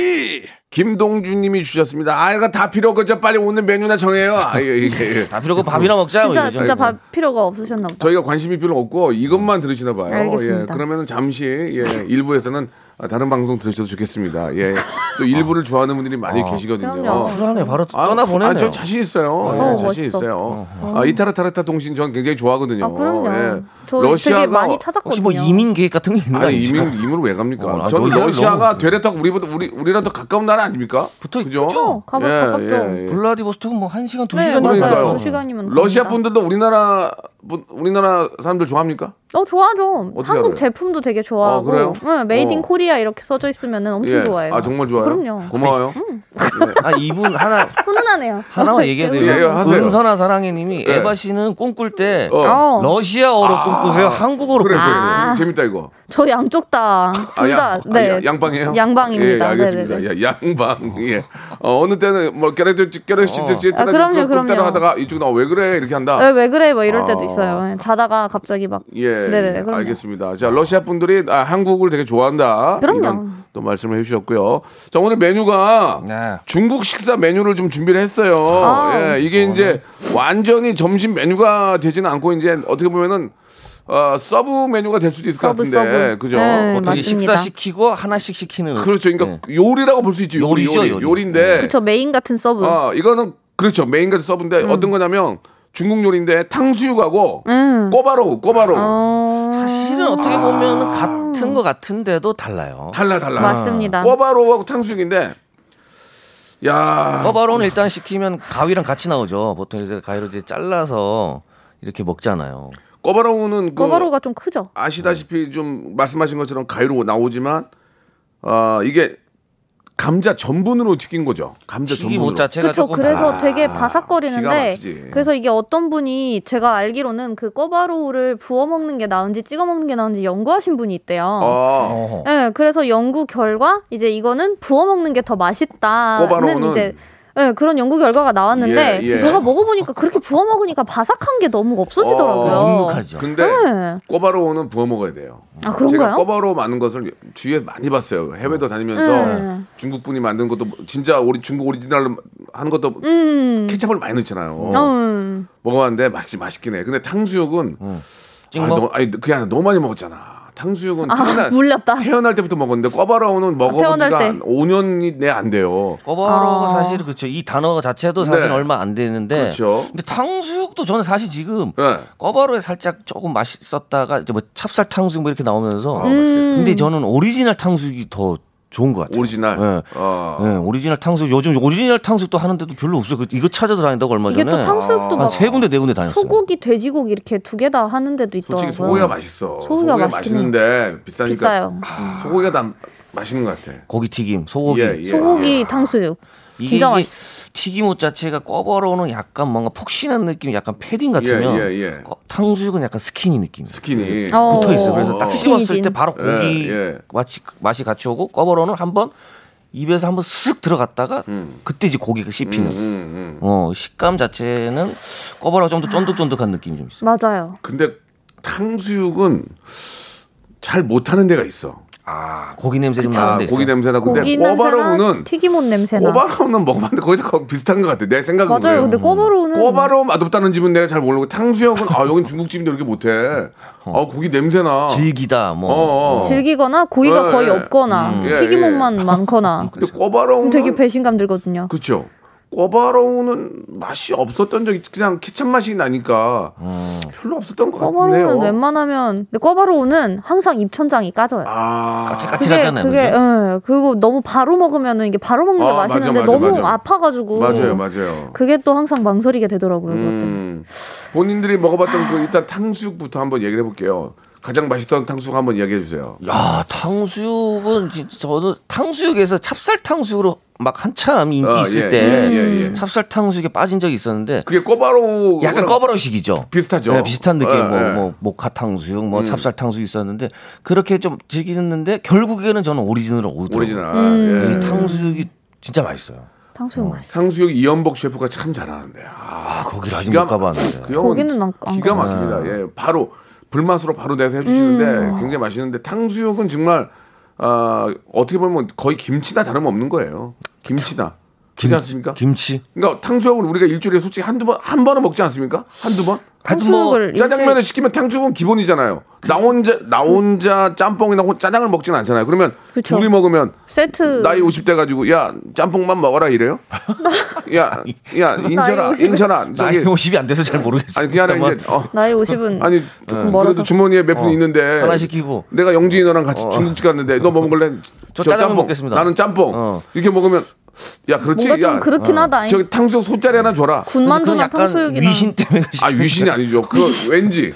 김동준님이 주셨습니다. 아이가 다 필요 없죠. 빨리 오늘 메뉴나 정해요. 아, 예, 예, 예.
다 필요고 밥이나 먹자. 뭐
진짜
이러죠.
진짜 밥 필요가 없으셨나 보다.
저희가 관심이 별로 없고 이것만 들으시나 봐요.
네. 알겠습니다.
예, 그러면은 잠시 예, 일부에서는 아, 다른 방송 들으셔도 좋겠습니다. 예. 또 일부를 좋아하는 분들이 많이 계시거든요.
그럼요.
예. 불안해 바로
아,
떠나 보내네요.
아, 저 자신 있어요. 예, 자신
멋있어.
있어요. 아, 이타라 타라타 통신 전 굉장히 좋아하거든요.
아 그럼요.
예.
저 되게 많이 찾았거든요.
혹시 뭐 이민 계획 같은 게 있는 거
아니
아니에요?
이민 이민으로 왜 갑니까?
어, 아,
저는
러시아를
러시아가
너무-
되레떡 우리보다 우리 우리랑 더 가까운 나라 아닙니까?
붙어
그죠? 예,
그쵸? 가깝- 가깝죠.
블라디보스톡은 뭐한 시간 두
네,
시간
맞아요.
그러니까요.
두 시간이면
러시아
됩니다.
분들도 우리나라 분 우리나라 사람들 좋아합니까?
어 좋아하죠.
어떻게 알아요?
한국 제품도 되게 좋아하고.
아, 그래요?
네, 메이드 인
어.
코리아 이렇게 써져 있으면 엄청 좋아해요.
아 정말 좋아요.
그럼요. 음.
고마워요.
아 이분 하나
훈훈하네요.
하나만 얘기해야 돼요.
예, 예, 하세요.
은선아 사랑해님이
예.
에바 씨는 꿈꿀 때
어.
어.
러시아어로 꿈꾸세요. 한국어로
그래, 그래.
꿈꾸세요.
아.
재밌다 이거.
저 양쪽 다
아,
둘 다.
양- 아,
네.
야- 양방이에요?
양방입니다.
예, 알겠습니다.
네네네.
예, 양방. 예. 어, 어느 때는 뭐 깨레도 깨레 씨듯이
아, 그럼요, 그럼요.
따라 하다가 이쪽 나왜 그래 이렇게 한다.
네, 왜 그래 뭐 이럴 때도
아.
있어요. 네, 자다가 갑자기 막.
예,
네네네. 그럼요.
알겠습니다. 자, 러시아 분들이 아, 한국을 되게 좋아한다.
그럼요.
이런 또 말씀을 해주셨고요. 자, 오늘 메뉴가
네.
중국 식사 메뉴를 좀 준비를 했어요.
아.
예, 이게 이제 완전히 점심 메뉴가 되지는 않고 이제 어떻게 보면은 어, 서브 메뉴가 될 수도 있을 것
서브,
같은데,
서브.
그죠?
네,
어떻게-
어떻게
맞습니다.
식사 시키고 하나씩 시키는. 네.
그렇죠. 그러니까 요리라고 볼 수 있죠. 요리,
요리죠,
요리, 네.
요리.
인데
저 메인 같은 서브.
아, 이거는 그렇죠. 메인 같은 서브인데 어떤 거냐면 중국 요리인데 탕수육하고
음.
꼬바로우, 꼬바로우.
어,
사실은 어떻게 보면 같은 것 같은데도 달라요.
달라 달라.
맞습니다.
꼬바로우하고 탕수육인데 야
허바로는 일단 시키면 가위랑 같이 나오죠. 보통 이제 가위로 이제 잘라서 이렇게 먹잖아요.
꼬바로우는 그
꼬바로가 좀 크죠.
아시다시피 좀 말씀하신 것처럼 가위로 나오지만 아 이게 감자 전분으로 튀긴 거죠. 감자
튀김
전분으로.
옷 자체가
그렇죠.
조금
그래서
아,
되게
기가
바삭거리는데
막히지. 예.
그래서 이게 어떤 분이 제가 알기로는 그 꿔바로우를 부어 먹는 게 나은지 찍어 먹는 게 나은지 연구하신 분이 있대요.
아,
어.
예, 그래서 연구 결과 이제 이거는 부어 먹는 게 더 맛있다는
꿔바로우는
이제 예, 그런 연구 결과가 나왔는데
예, 예.
제가 먹어보니까 그렇게 부어 먹으니까 바삭한 게 너무 없어지더라고요.
어,
눅눅하죠.
근데
네.
꼬바로우는 부어 먹어야 돼요.
아 그런가요?
제가 꼬바로우 많은 것을 주위에 많이 봤어요.
음.
해외도 다니면서
네.
중국 분이 만든 것도 뭐 진짜 우리 중국 오리지널로 하는 것도
음.
케첩을 많이 넣잖아요.
음.
먹어봤는데 맛이 맛있긴 해. 근데 탕수육은 아,
음. 찍먹?
너무, 아니 그게 아니라 너무 많이 먹었잖아. 탕수육은
아,
태어날,
물렸다. 아,
태어날 때부터 먹었는데 꿔바라우는 먹어본
태어날
지가
때.
한 5년이 내 안 돼요.
꼬바로우가
아.
사실 그렇죠. 이 단어 자체도 사실
네.
얼마 안 되는데.
그렇죠.
근데 탕수육도 저는 사실 지금
예.
꼬바로우에 살짝 조금 맛있었다가 이제 뭐 찹쌀 탕수육 뭐 이렇게 나오면서.
음.
근데 저는 오리지널 탕수육이 더 좋은 것 같아요.
오리지널.
네.
어.
예, 오리지널 탕수육 요즘 오리지널 탕수육도 하는데도 별로 없어요. 그- 이거 찾아서 다닌다고 얼마
이게
전에
또 탕수육도 막
한 세 군데 네 군데 다녔어요.
소고기, 돼지고기 이렇게 두 개 다 하는 데도 있더라고요.
솔직히 소고기가 맛있어.
소고기가
소고기가
맛있긴 해요.
맛있는데 비싸니까
비싸요.
음, 소고기가 다 맛있는 것 같아.
고기 튀김, 소고기. 아,
예, 예.
소고기 탕수육.
이게
진짜 맛있어.
튀김옷 자체가 꺼버러는 약간 뭔가 폭신한 느낌, 약간 패딩 같으면
예, 예, 예.
꺼- 탕수육은 약간 스키니 느낌.
스키니.
어.
붙어 있어. 요 그래서 딱
어.
씹었을
스키니진.
때 바로 고기
예, 예.
맛이 맛이 같이 오고 꺼버러는 한번 입에서 한번 쓱 들어갔다가 그때 이제 고기가 씹히는.
음, 음.
어 식감 자체는 꺼버러 좀더 쫀득쫀득한 느낌이 좀 있어.
맞아요.
근데 탕수육은 잘 못하는 데가 있어.
아 고기 냄새 좀
아,
나는데 있어.
고기 냄새나 근데
고기 냄새나
꼬바로우는
튀김옷 냄새나.
꼬바로우는 먹어봤는데 거의 다 거의 비슷한 것 같아. 내 생각은
맞아요. 근데 꼬바로우는
꼬바로 맛없다는 집은 내가 잘 모르고 탕수육은 아 여긴 중국집인데 이렇게 못해.
어.
아 고기 냄새나.
질기다
어,
뭐.
어.
즐기거나 고기가
예,
거의
예.
없거나
음. 예,
튀김옷만 많거나
근데 꼬바로우는
되게 배신감 들거든요.
그렇죠. 꼬바로우는 맛이 없었던 적이 그냥 케첩 맛이 나니까
어.
별로 없었던 것 같네요.
꼬바로우는 웬만하면 근데 꼬바로우는 항상 입천장이 까져요.
아
까칠까칠 하잖아요.
그게
그죠?
예, 그리고 너무 바로 먹으면 이게 바로 먹는 게
아, 맞아,
맛있는데
맞아,
너무
맞아.
아파가지고
맞아요, 맞아요.
그게 또 항상 망설이게 되더라고요. 그것 때문에.
음, 본인들이 먹어봤던 그 일단 탕수육부터 한번 얘기를 해볼게요. 가장 맛있던 탕수육 한번 이야기해 주세요.
어.
야 탕수육은 진짜 저는 탕수육에서 찹쌀 탕수육으로 막 한참 인기
아,
있을
예, 예,
때
예, 예.
찹쌀 탕수육에 빠진 적이 있었는데
그게 꼬바로우
약간 꺼버러식이죠.
비슷하죠.
네, 비슷한 느낌
예,
뭐,
예. 음.
뭐 모카 탕수육, 뭐 찹쌀 탕수육 있었는데 그렇게 좀 즐기는데 결국에는 저는 오리지널로 오더라고요.
오리지널.
뭐.
음.
이
예.
탕수육이 진짜 맛있어요.
탕수육 맛있어.
탕수육 이연복 셰프가 참 잘하는데. 아,
아 거기를 아직
기가
못 가봤는데.
그 형은
거기는 안 가- 안
기가
가봤어요. 음.
막힙니다. 예, 바로 불맛으로 바로 내서 해주시는데 굉장히 맛있는데 탕수육은 정말 아, 어떻게 보면 거의 김치나 다름없는 거예요. 김치나. 그렇지 않습니까?
김치.
그러니까 탕수육은 우리가 일주일에 솔직히 한두 번 한 번은 먹지 않습니까? 한두 번?
하여튼 뭐
탕수육을 일주일-
짜장면을 시키면 탕수육은 기본이잖아요. 나 혼자 나 혼자 짬뽕이나 혼- 짜장을 먹진 않잖아요. 그러면
그쵸.
둘이 먹으면
세트
나이 50대 가지고 야 짬뽕만 먹어라 이래요? 야, 야 인천아,
오십.
인천아,
나이
저기
50이 안 돼서 잘 모르겠어요. 뭐
아니 그냥 이제 어,
나이 50은
아니
조금
그래도
멀어서.
주머니에 몇 푼
어,
있는데
하나 시키고.
내가 영진이 너랑 같이 중국집 갔는데 너 뭐 먹을래?
어. 저 짜장면
짬뽕.
먹겠습니다.
나는 짬뽕.
어.
이렇게 먹으면 야 그렇지,
뭔가
야 어.
좀 그렇긴 하다.
저기 탕수육 소짜리 하나 줘라.
그건
군만두나
약간
탕수육이나
위신 때문에
아 위신이 아니죠. 그 왠지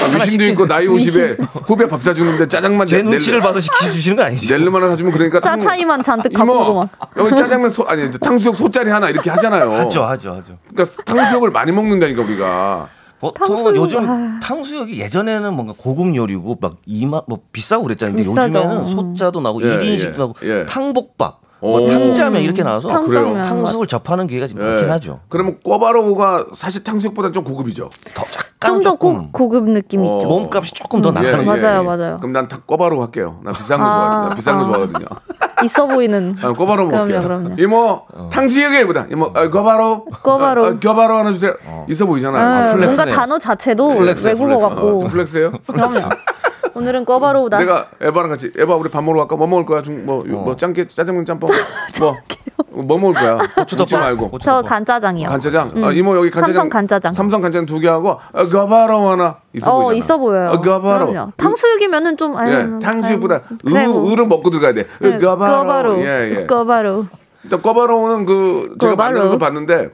아, 위신도 있고 나이 50에 후배 밥 사주는데 짜장만
제
낼- 낼-
눈치를 봐서 시키 주시는 거 아니지?
낼름만한 사주면 그러니까 탕-
짜차이만 잔뜩 갖고
이모
막
여기 짜장면 소 아니 탕수육 소짜리 하나 이렇게 하잖아요.
하죠, 하죠, 하죠.
그러니까 탕수육을 많이 먹는다니까 우리가
보통은
탕수육,
요즘
아.
탕수육이 예전에는 뭔가 고급 요리고 막 이마 뭐 비싸고 그랬잖아요. 근데
비싸죠. 음.
요즘에는 소자도 나오고
예,
일인식도
예,
나오고
예.
탕복밥, 뭐
오.
탕짜면 이렇게 나와서
탕짜면
그래요?
맞아.
탕수육을 접하는 기회가 좀
예.
많긴 하죠.
그러면 꼬바로우가 사실 탕수육보다 좀 고급이죠.
더 약간
좀더
조금
고급 느낌이
어.
있죠.
몸값이 조금 더
예.
나가는 거.
맞아요, 맞아요.
그럼 난 다 꼬바로우 할게요. 난 비싼 거
아,
좋아해. 나 비싼 거
아.
좋아하거든요.
있어 보이는
난 꼬바로우
그럼요,
먹을게요.
그럼요.
이모
어.
탕수육이보다 이모 아, 꼬바로우
꼬바로우.
아, 아, 꼬바로우 하나 주세요. 있어
예,
보이잖아요. 아,
뭔가
플렉스네요.
단어 자체도
플렉스야,
외국어
플렉스.
같고
좀 플렉스예요?
그럼요. 오늘은 꺼바로우다.
내가 에바랑 같이 에바 우리 밥 먹으러 갈까? 뭐 먹을 거야? 중뭐뭐
어.
짱깨 짜장면 짬뽕 뭐 뭐 먹을 거야? 묻지
덮밥.
말고
고추
저
덮밥.
간짜장이요.
뭐, 간짜장. 아, 이모 여기 간짜장.
어. 음. 삼성 간짜장.
삼성 간짜장 두 개 하고 아, 가바로 하나 있어
어
보이잖아.
있어 보여요.
아, 가바로.
그럼요. 탕수육이면은 음, 좀 아유,
예, 탕수육보다
그래, 뭐.
으, 으를 먹고 들어가야 돼.
예,
으, 가바로.
꺼바로우. 그
예, 예.
꺼바로우.
일단 꺼바로우는 그 제가
꺼바로우.
만드는 거 봤는데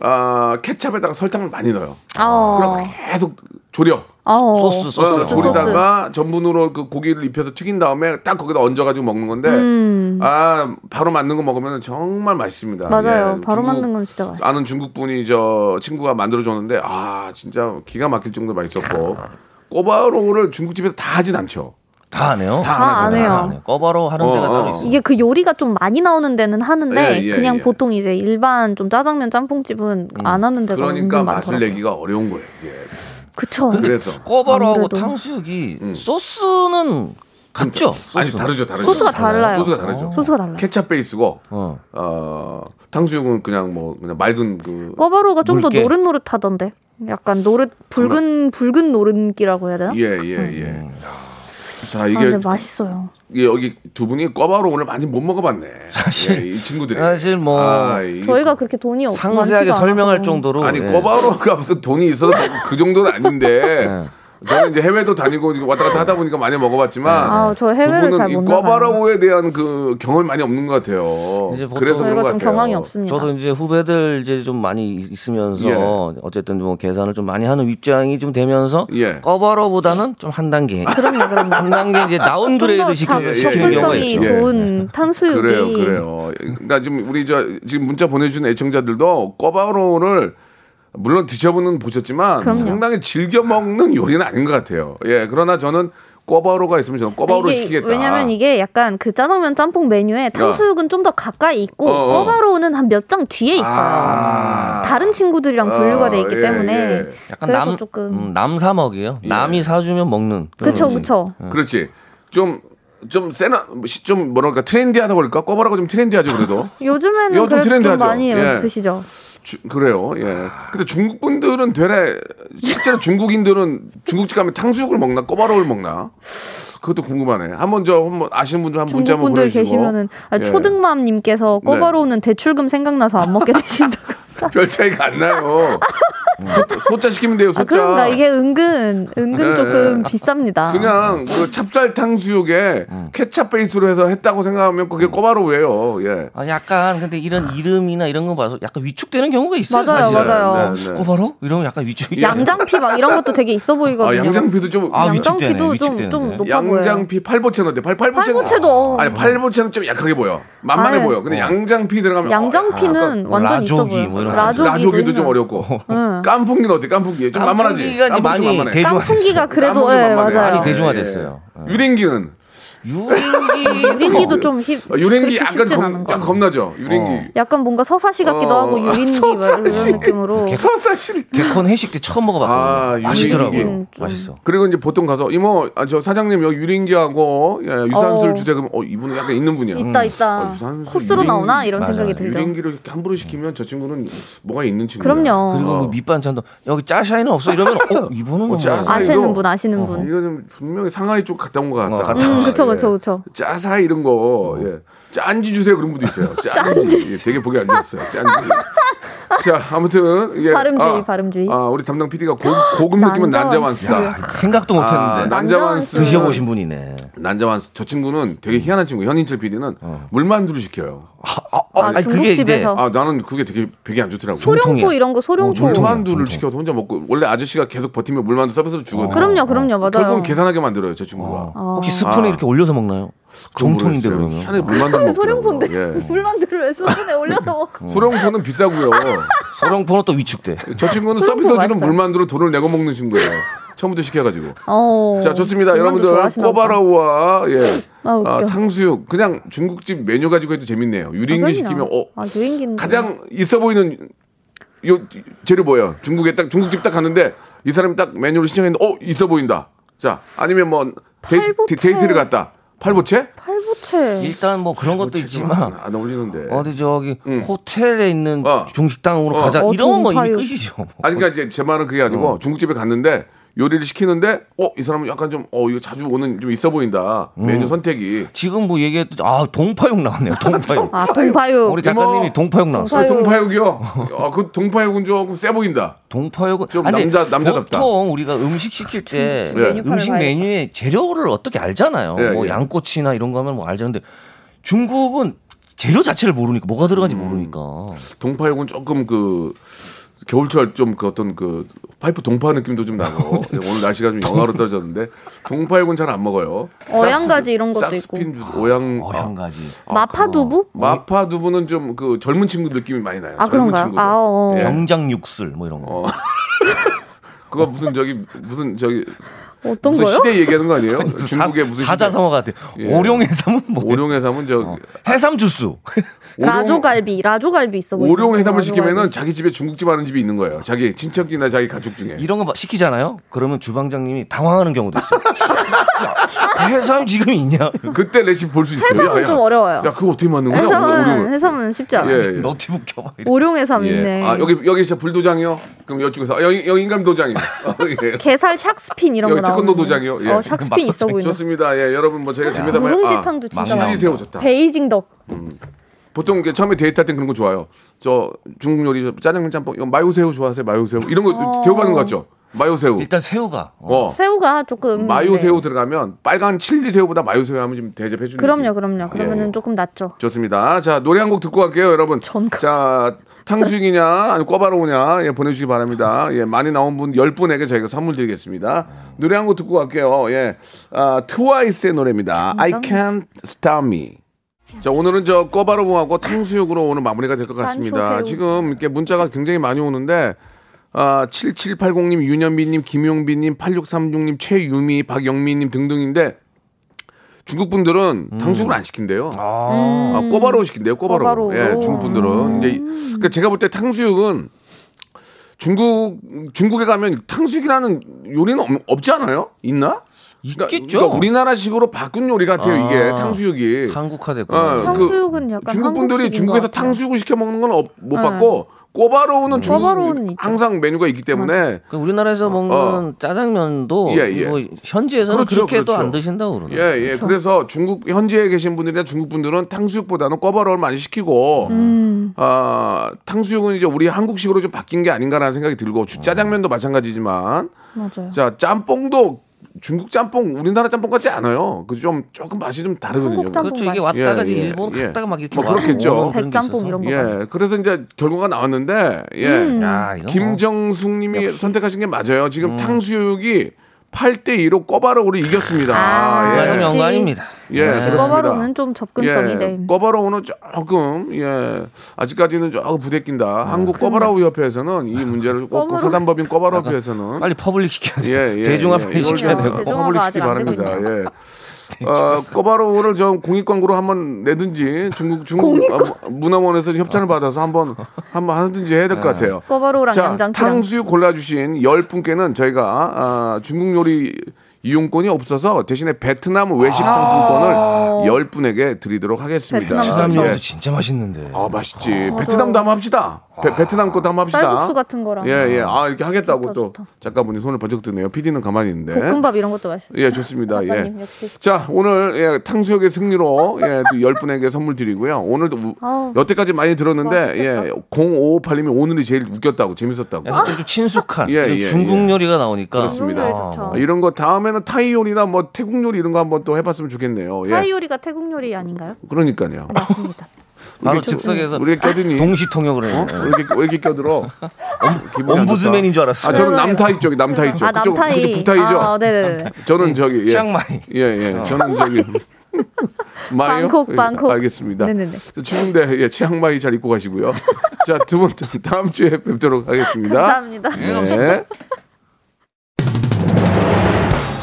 아 케찹에다가 설탕을 많이 넣어요.
아.
그럼 계속 졸여.
아오.
소스, 소스.
어,
소스.
조리다가 전분으로 그 고기를 입혀서 튀긴 다음에 딱 거기다 얹어가지고 먹는 건데
음.
아 바로 만든 거 먹으면 정말 맛있습니다.
맞아요.
예,
바로
중국-
만든 건 진짜 맛있어.
아는 중국 분이 저 친구가 만들어 줬는데 아 진짜 기가 막힐 정도로 맛있었고 꼬바로우를 중국집에서 다 하진 않죠.
다 안 해요?
다
다
안
안
하죠.
해요.
안 해요. 꺼바로 하는
어,
데가
어.
따로 있어요.
이게 그 요리가 좀 많이 나오는 데는
예,
하는데
예,
그냥
예.
보통 이제 일반 좀 짜장면 짬뽕집은 안 하는 데가
그러니까
은근
맛을
많더라고요.
내기가 어려운 거예요. 예.
그쵸.
그래서 음.
꼬바로하고
어. 아무래도.
탕수육이 소스는 같죠? 소스.
아니 다르죠, 다르죠.
소스가 달라요.
소스가 다르죠.
소스가 달라요.
케찹 베이스고
어.
어 탕수육은 그냥 뭐 그냥 맑은 그
꼬바로우가 좀 더
물개.
노릇노릇하던데. 약간 노릇 붉은 붉은 노른기라고 해야 되나?
예, 예, 예.
음.
자,
음. 아,
이게
근데 맛있어요.
이게 여기 두 분이 꿔바로 오늘 많이 못 먹어봤네.
사실-
예, 이 친구들이. 아,
사실 뭐
이-
저희가 그렇게 돈이 없-
상세하게
많지가
설명할
않아서.
정도로
아니
예.
꿔바로가 무슨 돈이 있어서 먹- 그 정도는 아닌데
예.
저는 이제 해외도 다니고 왔다 갔다 하다 보니까 많이 먹어봤지만
아, 저 해외를
두
잘못
분은 이
나가요.
꿔바로에 대한 그 경험이 많이 없는 것 같아요.
이제 보통
그래서 그런
저희가
것
좀
같아요.
경황이 없습니다.
저도 이제 후배들 이제 좀 많이 있- 있으면서
예.
어쨌든 뭐 계산을 좀 많이 하는 입장이 좀 되면서
예.
꺼버러보다는 좀 한 단계 한 단계 이제 다운 그레이드
좀더
시키는
자-
시키는 경우가
접근성이
있죠.
예.
좋은 탕수육이
그래요, 그래요. 그러니까 지금 우리 저 지금 문자 보내주신 애청자들도 꿔바로를 물론 드셔보는 보셨지만
그럼요.
상당히 즐겨 먹는 요리는 아닌 것 같아요. 예, 그러나 저는 꿔바로가 있으면 저는 꿔바로
이게
시키겠다.
왜냐면 이게 약간 그 짜장면 짬뽕 메뉴에 탕수육은 좀 더 가까이 있고
어, 어.
꼬바로우는 한 몇 장 뒤에 있어요.
아.
다른 친구들이랑 분류가 돼 있기
어, 예,
때문에
예.
약간
그래서
남,
조금
음, 남사먹이에요. 남이 사주면 먹는. 그런
그쵸
음식.
그쵸.
그렇지. 좀 좀 세나 좀 뭐랄까 트렌디하다고 그럴까? 꿔바로가 좀 트렌디하죠 그래도.
요즘에는
이거 좀
그래도 좀
트렌드하죠.
많이
예.
드시죠.
주- 그래요. 예. 근데 중국 분들은 되레 실제로 중국인들은 중국집 가면 탕수육을 먹나 꼬바로우를 먹나 그것도 궁금하네. 한번 저 한번 아시는 분들 한 문자 한번
중국분들
보내주시고
계시면은 아,
예. 네.
초등맘님께서 꼬바로우는 대출금 생각나서 안 먹게 되신다고.
별 차이가 안 나요. 소, 소자 시키면 돼요.
아
소자.
그러니까 이게 은근 은근
예,
조금
예.
비쌉니다. 아.
그냥 그 찹쌀 탕수육에
음.
케찹 베이스로 해서 했다고 생각하면 그게 꼬바로우예요. 예.
아, 약간 근데 이런 이름이나 이런 거 봐서 약간 위축되는 경우가 있어요.
맞아요,
사실은.
맞아요.
네, 네.
꼬바로? 이러면 약간 위축이.
양장피 막 이런 것도 되게 있어
아
보이거든요.
양장피도 좀
아, 위축되네,
양장피도
위축되네.
좀좀 높아 보여요.
양장피 팔보채는 어때? 팔, 팔보채는-
팔보채도, 어.
아니 팔보채는 좀 약하게 보여. 만만해
아유.
보여. 근데 양장피 들어가면 어, 약간
양장피는 완전 있어
라조기
보여.
뭐 이런
라조기도,
라조기도 좀
있는.
어렵고
응.
깐풍기는 어때? 깐풍기 좀 만만하지.
깐풍기가 이제 많이
만만해.
대중-
깡풍기가 그래도
깐풍기
예,
만만해.
맞아요.
많이 대중화됐어요.
예. 유린기는
유린기.
유린기도 좀 힘.
어, 유린기
그렇게
약간
쉽진
겁,
않은 거. 어.
약간 겁나죠. 유린기.
약간 뭔가 서사시 같기도
어,
하고 유린기 막
서사시.
이런 느낌으로.
서사실.
개콘 회식 때 처음
아,
먹어봤거든요.
유린기.
맛있더라고요.
음, 좀.
맛있어.
그리고 이제 보통 가서 이모 아, 저 사장님 여기 유린기하고 예, 유산슬
어.
주세요. 그럼 어 이분은 약간 있는 분이야.
있다 있다.
어, 유산슬,
코스로
유린기.
나오나 이런 생각이
맞아요.
들죠.
유린기를 이렇게 함부로 시키면 저 친구는 뭐가 있는 친구야.
그럼요.
그리고 그 밑반찬도 여기 짜샤이는 없어 이러면 어 이분은
어,
뭐
짜샤이.
아시는
이거-
분 아시는 분.
어. 이거 좀 분명히 상하이 쪽 갔다 온 것 같다. 예.
어, 갔다 어.
음, 그쵸, 그쵸, 그쵸.
짜사 이런 거, 예. 짠지 주세요 그런 분도 있어요. 짠지. 예, 되게 보기 안 좋았어요. 짠지. 자, 아무튼 이게
발음주의,
아,
발음주의.
아, 우리 담당 PD가 고급 느낌은
난자완스.
난자완스다.
생각도
아,
못했는데
난자완스.
드셔보신 분이네.
난자완스. 저 친구는 되게 희한한 친구. 현인철 PD는
어.
물만두를 시켜요.
아,
아니, 그게 이제-
중국집에서
아, 나는 그게 되게 되게 안 좋더라고. 요
소룡포
전통이야.
이런 거 소룡포.
어, 전통.
물만두를 시켜서 혼자 먹고 원래 아저씨가 계속 버티면 물만두 서비스로 주거든요.
그럼요, 그럼요, 맞아요.
결국은 계산하게 만들어요, 저 친구가.
혹시 스푼에
아.
이렇게 올려서 먹나요? 정통인데
모르겠어요.
그러면.
희한하게 물만두 먹더라고요.
아, 소룡포인데
예.
물만두를 왜 소변에 올려서 먹고?
어. 소룡포는 비싸고요.
소령포는 또 위축돼.
저 친구는
소룡포
서비스 주는
맛있어요.
물만두로 돈을 내고 먹는 친구예요. 처음부터 시켜가지고.
어.
자 좋습니다
물만두
여러분들
좋아하시나 보다.
꼬바라우와 예
아, 웃겨.
아, 탕수육 그냥 중국집 메뉴 가지고 해도 재밌네요 유린기
아, 그럼요.
시키면 어
아, 유인기는
가장 있어 보이는 요 재료 뭐예요 중국에 딱 중국집 딱 갔는데 이 사람이 딱 메뉴를 신청했는데 어 있어 보인다 자 아니면 뭐 데이트,
팔보채.
데이트를 갔다 팔보채
팔보채.
일단 뭐 그런 것도
안,
있지만
안 어울리는데
예. 어디 저기
음.
호텔에 있는
어.
중식당으로
어.
가자
어,
이러면 뭐 이미
동파육.
끝이죠. 뭐.
아니 그러니까 이제 제 말은 그게 아니고 중국집에 갔는데 요리를 시키는데 어 이 사람은 약간 좀 어 이거 자주 오는 좀 있어 보인다 메뉴 선택이
지금 뭐 얘기했듯 아 동파육 나왔네요. 동파육.
아, 동파육.
우리 작가님이
뭐
이모.
동파육 나왔어.
동파육.
동파육이요 아 그 동파육은 조금 세 보인다
동파육은
좀
아니,
남자- 남자답다.
보통 우리가 음식 시킬
예.
때
메뉴판을
음식
그 봐야겠다.
메뉴의 재료를 어떻게 알잖아요.
예,
뭐
예.
양꼬치나 이런 거 하면 뭐 알잖아요. 근데 중국은 재료 자체를 모르니까
음. 그러니까.
뭐가 들어간지 모르니까.
동파육은 조금 그 겨울철 좀 그 어떤 그 파이프 동파 느낌도 좀 나고 네, 오늘 날씨가 좀 영하로 떨어졌는데 동파육은 잘 안 먹어요.
어양가지 이런 것도
싹스핀 주스, 오양
어양가지.
아,
마파두부?
마파 두부는 좀 그 젊은 친구 느낌이 많이 나요.
아,
젊은
그런가요?
친구들.
아,
예.
어.
경장 육술 뭐 이런
어,
거.
그거 무슨 저기 무슨 저기
어떤
아, 무슨
거요?
그 시대 얘기하는 거 아니에요? 중국의 무슨
사자성어 같아.
예.
오룡 해삼은 뭐?
오룡 해삼은 저
해삼 주스.
오룡
라조갈비, 라조갈비 있어. 보이는데,
오룡 해삼을
라조갈비.
시키면은 자기 집에 중국집 하는 집이 있는 거예요. 자기 친척이나 자기 가족
예.
중에.
이런 거 막 시키잖아요. 그러면 주방장님이 당황하는 경우도 있어. 야, 해삼 지금 있냐?
그때 레시피 볼 수 있어요.
해삼은
야, 야.
좀 어려워요.
야 그거 어떻게 만든 거야?
해삼은
오룡을.
해삼은 쉽지 않아. 요
예, 예.
너티북 켜봐. 이래.
오룡해삼
예.
있네.
아 여기 여기 진짜 불도장이요? 그럼 여쪽에서 아, 여기 여기 인감 도장이요. 어, 예.
게살 샥스핀 이런
여기
거 나오는.
태권도 도장이요? 예.
어, 샥스핀 있어 보이네. 아,
좋습니다. 예 여러분 뭐 저희가 재미다 봐요.
누룽지탕도 진짜
아,
맛있어.
새우 좋다.
베이징 덕.
보통 이렇게 처음에 데이트할 땐 그런 거 좋아요. 저 중국 요리 저 짜장면 짬뽕 이거 마요새우 좋아하세요? 마요새우 이런 거
어.
대우받는 거 같죠? 마요새우.
일단 새우가. 어.
어.
새우가 조금
마요새우
네.
들어가면 빨간 칠리 새우보다 마요새우 하면 좀 대접해 주는.
그럼요,
느낌.
그럼요. 그러면은
예.
조금 낫죠.
좋습니다. 자 노래 한 곡 듣고 갈게요, 여러분.
전가.
자 탕수육이냐 아니 꿔바로우냐 예, 보내주시기 바랍니다. 예 많이 나온 분 10분에게 저희가 선물 드리겠습니다. 노래 한 곡 듣고 갈게요. 예 아, 트와이스의 노래입니다. I Can't Stop Me. 자 오늘은 저 꿔바로우하고 탕수육으로 오늘 마무리가 될 것 같습니다.
단초새우.
지금 이렇게 문자가 굉장히 많이 오는데 아, 7780님, 윤현빈님, 김용빈님, 8636님, 최유미, 박영미님 등등인데 중국 분들은 탕수육을 안 시킨대요. 아, 꼬바로우 시킨대요. 꼬바로우.
음. 꼬바로우. 음.
예, 중국 분들은 이제 그러니까 제가 볼 때 탕수육은 중국 중국에 가면 탕수육이라는 요리는 없, 없지 않아요? 있나? 그러니까,
있겠죠.
그러니까 우리나라식으로 바꾼 요리 같아요. 이게
아.
탕수육이.
한국화됐고.
어, 그
탕수육은 약간
중국 분들이
한국식인
중국에서
것 같아요.
탕수육을 시켜 먹는 건 못
네.
받고 꼬바로우는 중국
꼬바로우는 있죠. 네.
항상 메뉴가 있기 때문에
그 우리나라에서 먹는 짜장면도
어. 예, 예.
뭐 현지에서는 그
그렇죠,
렇게도
그렇죠.
안 드신다고 그러네요.
예, 예.
그렇죠.
그래서 중국 현지에 계신 분들이나 중국 분들은 탕수육보다는 꿔바로우를 많이 시키고
음.
아, 탕수육은 이제 우리 한국식으로 좀 바뀐 게 아닌가라는 생각이 들고 주- 짜장면도 마찬가지지만
맞아요.
자, 짬뽕도 중국 짬뽕 우리나라 짬뽕 같지 않아요. 그 좀 조금 맛이 좀 다르거든요.
한국 짬뽕.
그렇죠. 이게
맛있어.
왔다가
예,
이제
예,
일본
예.
갔다가 막 이렇게
뭐
와서
그렇죠.
오는 그런 게
백짬뽕
있어서.
이런 거.
예. 그래서 이제 결과가 나왔는데 예.
음.
야, 이거 뭐.
김정숙 님이 선택하신 게 맞아요. 지금 탕수육이 8대 2로 꿔바로우를 이겼습니다.
아,
예.
영광은
역시.
영광입니다.
예, 그렇습니다.
꼬바로우는 네, 좀 접근성이
예,
네.
꼬바로우는 조금 예 아직까지는 조금 부대낀다.
네.
한국 꼬바로우 협회에서는 이 문제를 꼭
꼬바로우.
사단법인 꼬바로우 협회에서는
빨리 퍼블릭 시켜야 돼.
예, 예,
대중화
예,
빨리
이걸
시켜야
좀
되고.
대중화가
허물리시기
아직 안 되고
바랍니다.
있네요.
예. 어, 꼬바로우를 좀 공익 광고로 한번 내든지 중국 중국 어, 문화원에서 협찬을 받아서 한번 한번 하든지 해야 될 것
네.
같아요.
꼬바로우랑
자,
양장피랑.
탕수육 골라주신 열 분께는 저희가 아, 중국 요리 이용권이 없어서 대신에 베트남 외식 상품권을 열 분에게 드리도록 하겠습니다.
아. 베트남
베트남
예.
요리도 진짜 맛있는데.
아 맛있지. 베트남도 한번 합시다. 베, 베트남 것도 한번 합시다.
아. 쌀국수 같은 거랑.
예예. 아 이렇게 하겠다고
좋다,
또
좋다.
작가분이 손을 번쩍 드네요. PD는 가만히 있는데.
볶음밥 이런 것도 맛있어.
예 좋습니다. 예.
작가님 역시.
자 오늘 예, 탕수육의 승리로 예또열 분에게 선물 드리고요. 오늘도 우-
아우.
여태까지 많이 들었는데 예 0558님이 오늘이 제일 웃겼다고 재밌었다고.
약간 좀 친숙한
예,
그리고
예,
중국 요리가 나오니까
그렇습니다.
그런 거에 음, 좋죠.
아, 이런 거 다음에는 타이 요리나 뭐 태국 요리 이런 거 한번 또 해봤으면 좋겠네요. 예.
타이 요리가 태국 요리 아닌가요?
그러니까요.
맞습니다.
바로 즉석에서
우리 껴드니
동시 통역을 해요.
어? 왜 이렇게 왜 이렇게 껴들어? 기분이 안 좋다.
엄부즈맨인 줄 알았어.
아 저는 남타이 쪽이 남타이 쪽.
아
그쪽-
남타이.
그쪽 부타이죠.
아, 네네네.
저는 저기 예.
치앙마이. 아.
예, 예. 저는 저기 마이요?
방콕,
예,
방콕.
알겠습니다.
네네네.
저 추운데 예, 치앙마이 잘 입고 가시고요. 자, 두 분 다음 주에 뵙도록 하겠습니다.
감사합니다.
네.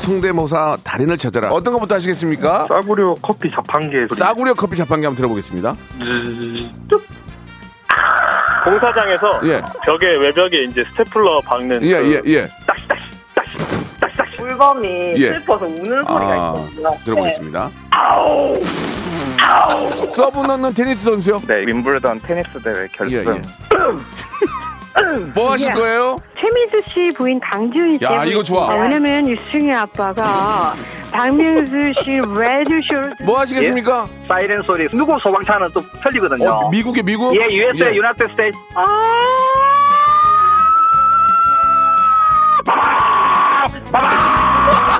송대모사 달인을 찾아라. 어떤 것부터 하시겠습니까?
싸구려 커피 자판기의 소리.
싸구려 커피 자판기 한번 들어보겠습니다.
공사장에서
예.
벽에 외벽에 이제 스테플러 박는 그
예, 예, 예.
물범이
예.
슬퍼서 우는
아, 들어보겠습니다. 서브 넣는 테니스 선수요.
네, 윈블던 테니스 대회 결승.
예, 예. 뭐 하실 거예요?
최민수 씨 부인 강지훈 씨.
야, 이거 좋아.
아, 왜냐면 유승희 아빠가 박명수 씨 레디쇼를
뭐 하시겠습니까?
예, 사이렌 소리 누구 소방차는 또 틀리거든요.
어, 미국에 미국.
예, USA,
예.
United States. 아! 아!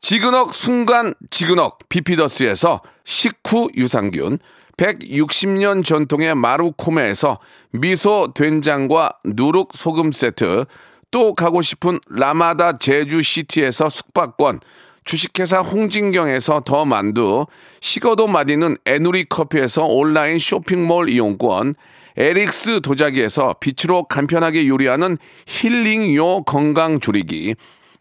지그넉 순간 지그넉 비피더스에서 식후 유산균, 160년 전통의 마루코메에서 미소 된장과 누룩 소금 세트, 또 가고 싶은 라마다 제주시티에서 숙박권, 주식회사 홍진경에서 더 만두, 식어도 마디는 에누리 커피에서 온라인 쇼핑몰 이용권, 에릭스 도자기에서 빛으로 간편하게 요리하는 힐링요 건강조리기,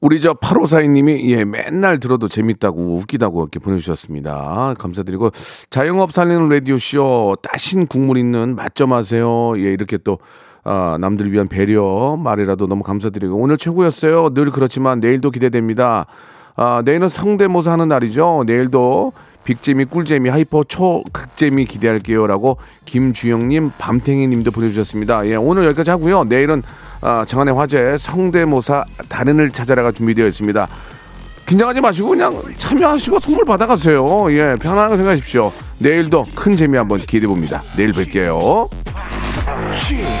우리 저 8542님이 예, 맨날 들어도 재밌다고 웃기다고 이렇게 보내주셨습니다. 감사드리고 자영업 살리는 라디오쇼 따신 국물 있는 맛점하세요. 예, 이렇게 또 아, 남들 위한 배려 말이라도 너무 감사드리고 오늘 최고였어요. 늘 그렇지만 내일도 기대됩니다. 아, 내일은 성대모사 하는 날이죠. 내일도 빅재미, 꿀재미, 하이퍼 초극재미 기대할게요라고 김주영님, 밤탱이님도 보내주셨습니다. 예, 오늘 여기까지 하고요. 내일은 아, 장안의 화제 성대모사 달인을 찾아라가 준비되어 있습니다. 긴장하지 마시고 그냥 참여하시고 선물 받아가세요. 예, 편안하게 생각하십시오. 내일도 큰 재미 한번 기대해 봅니다. 내일 뵐게요.
Cheese.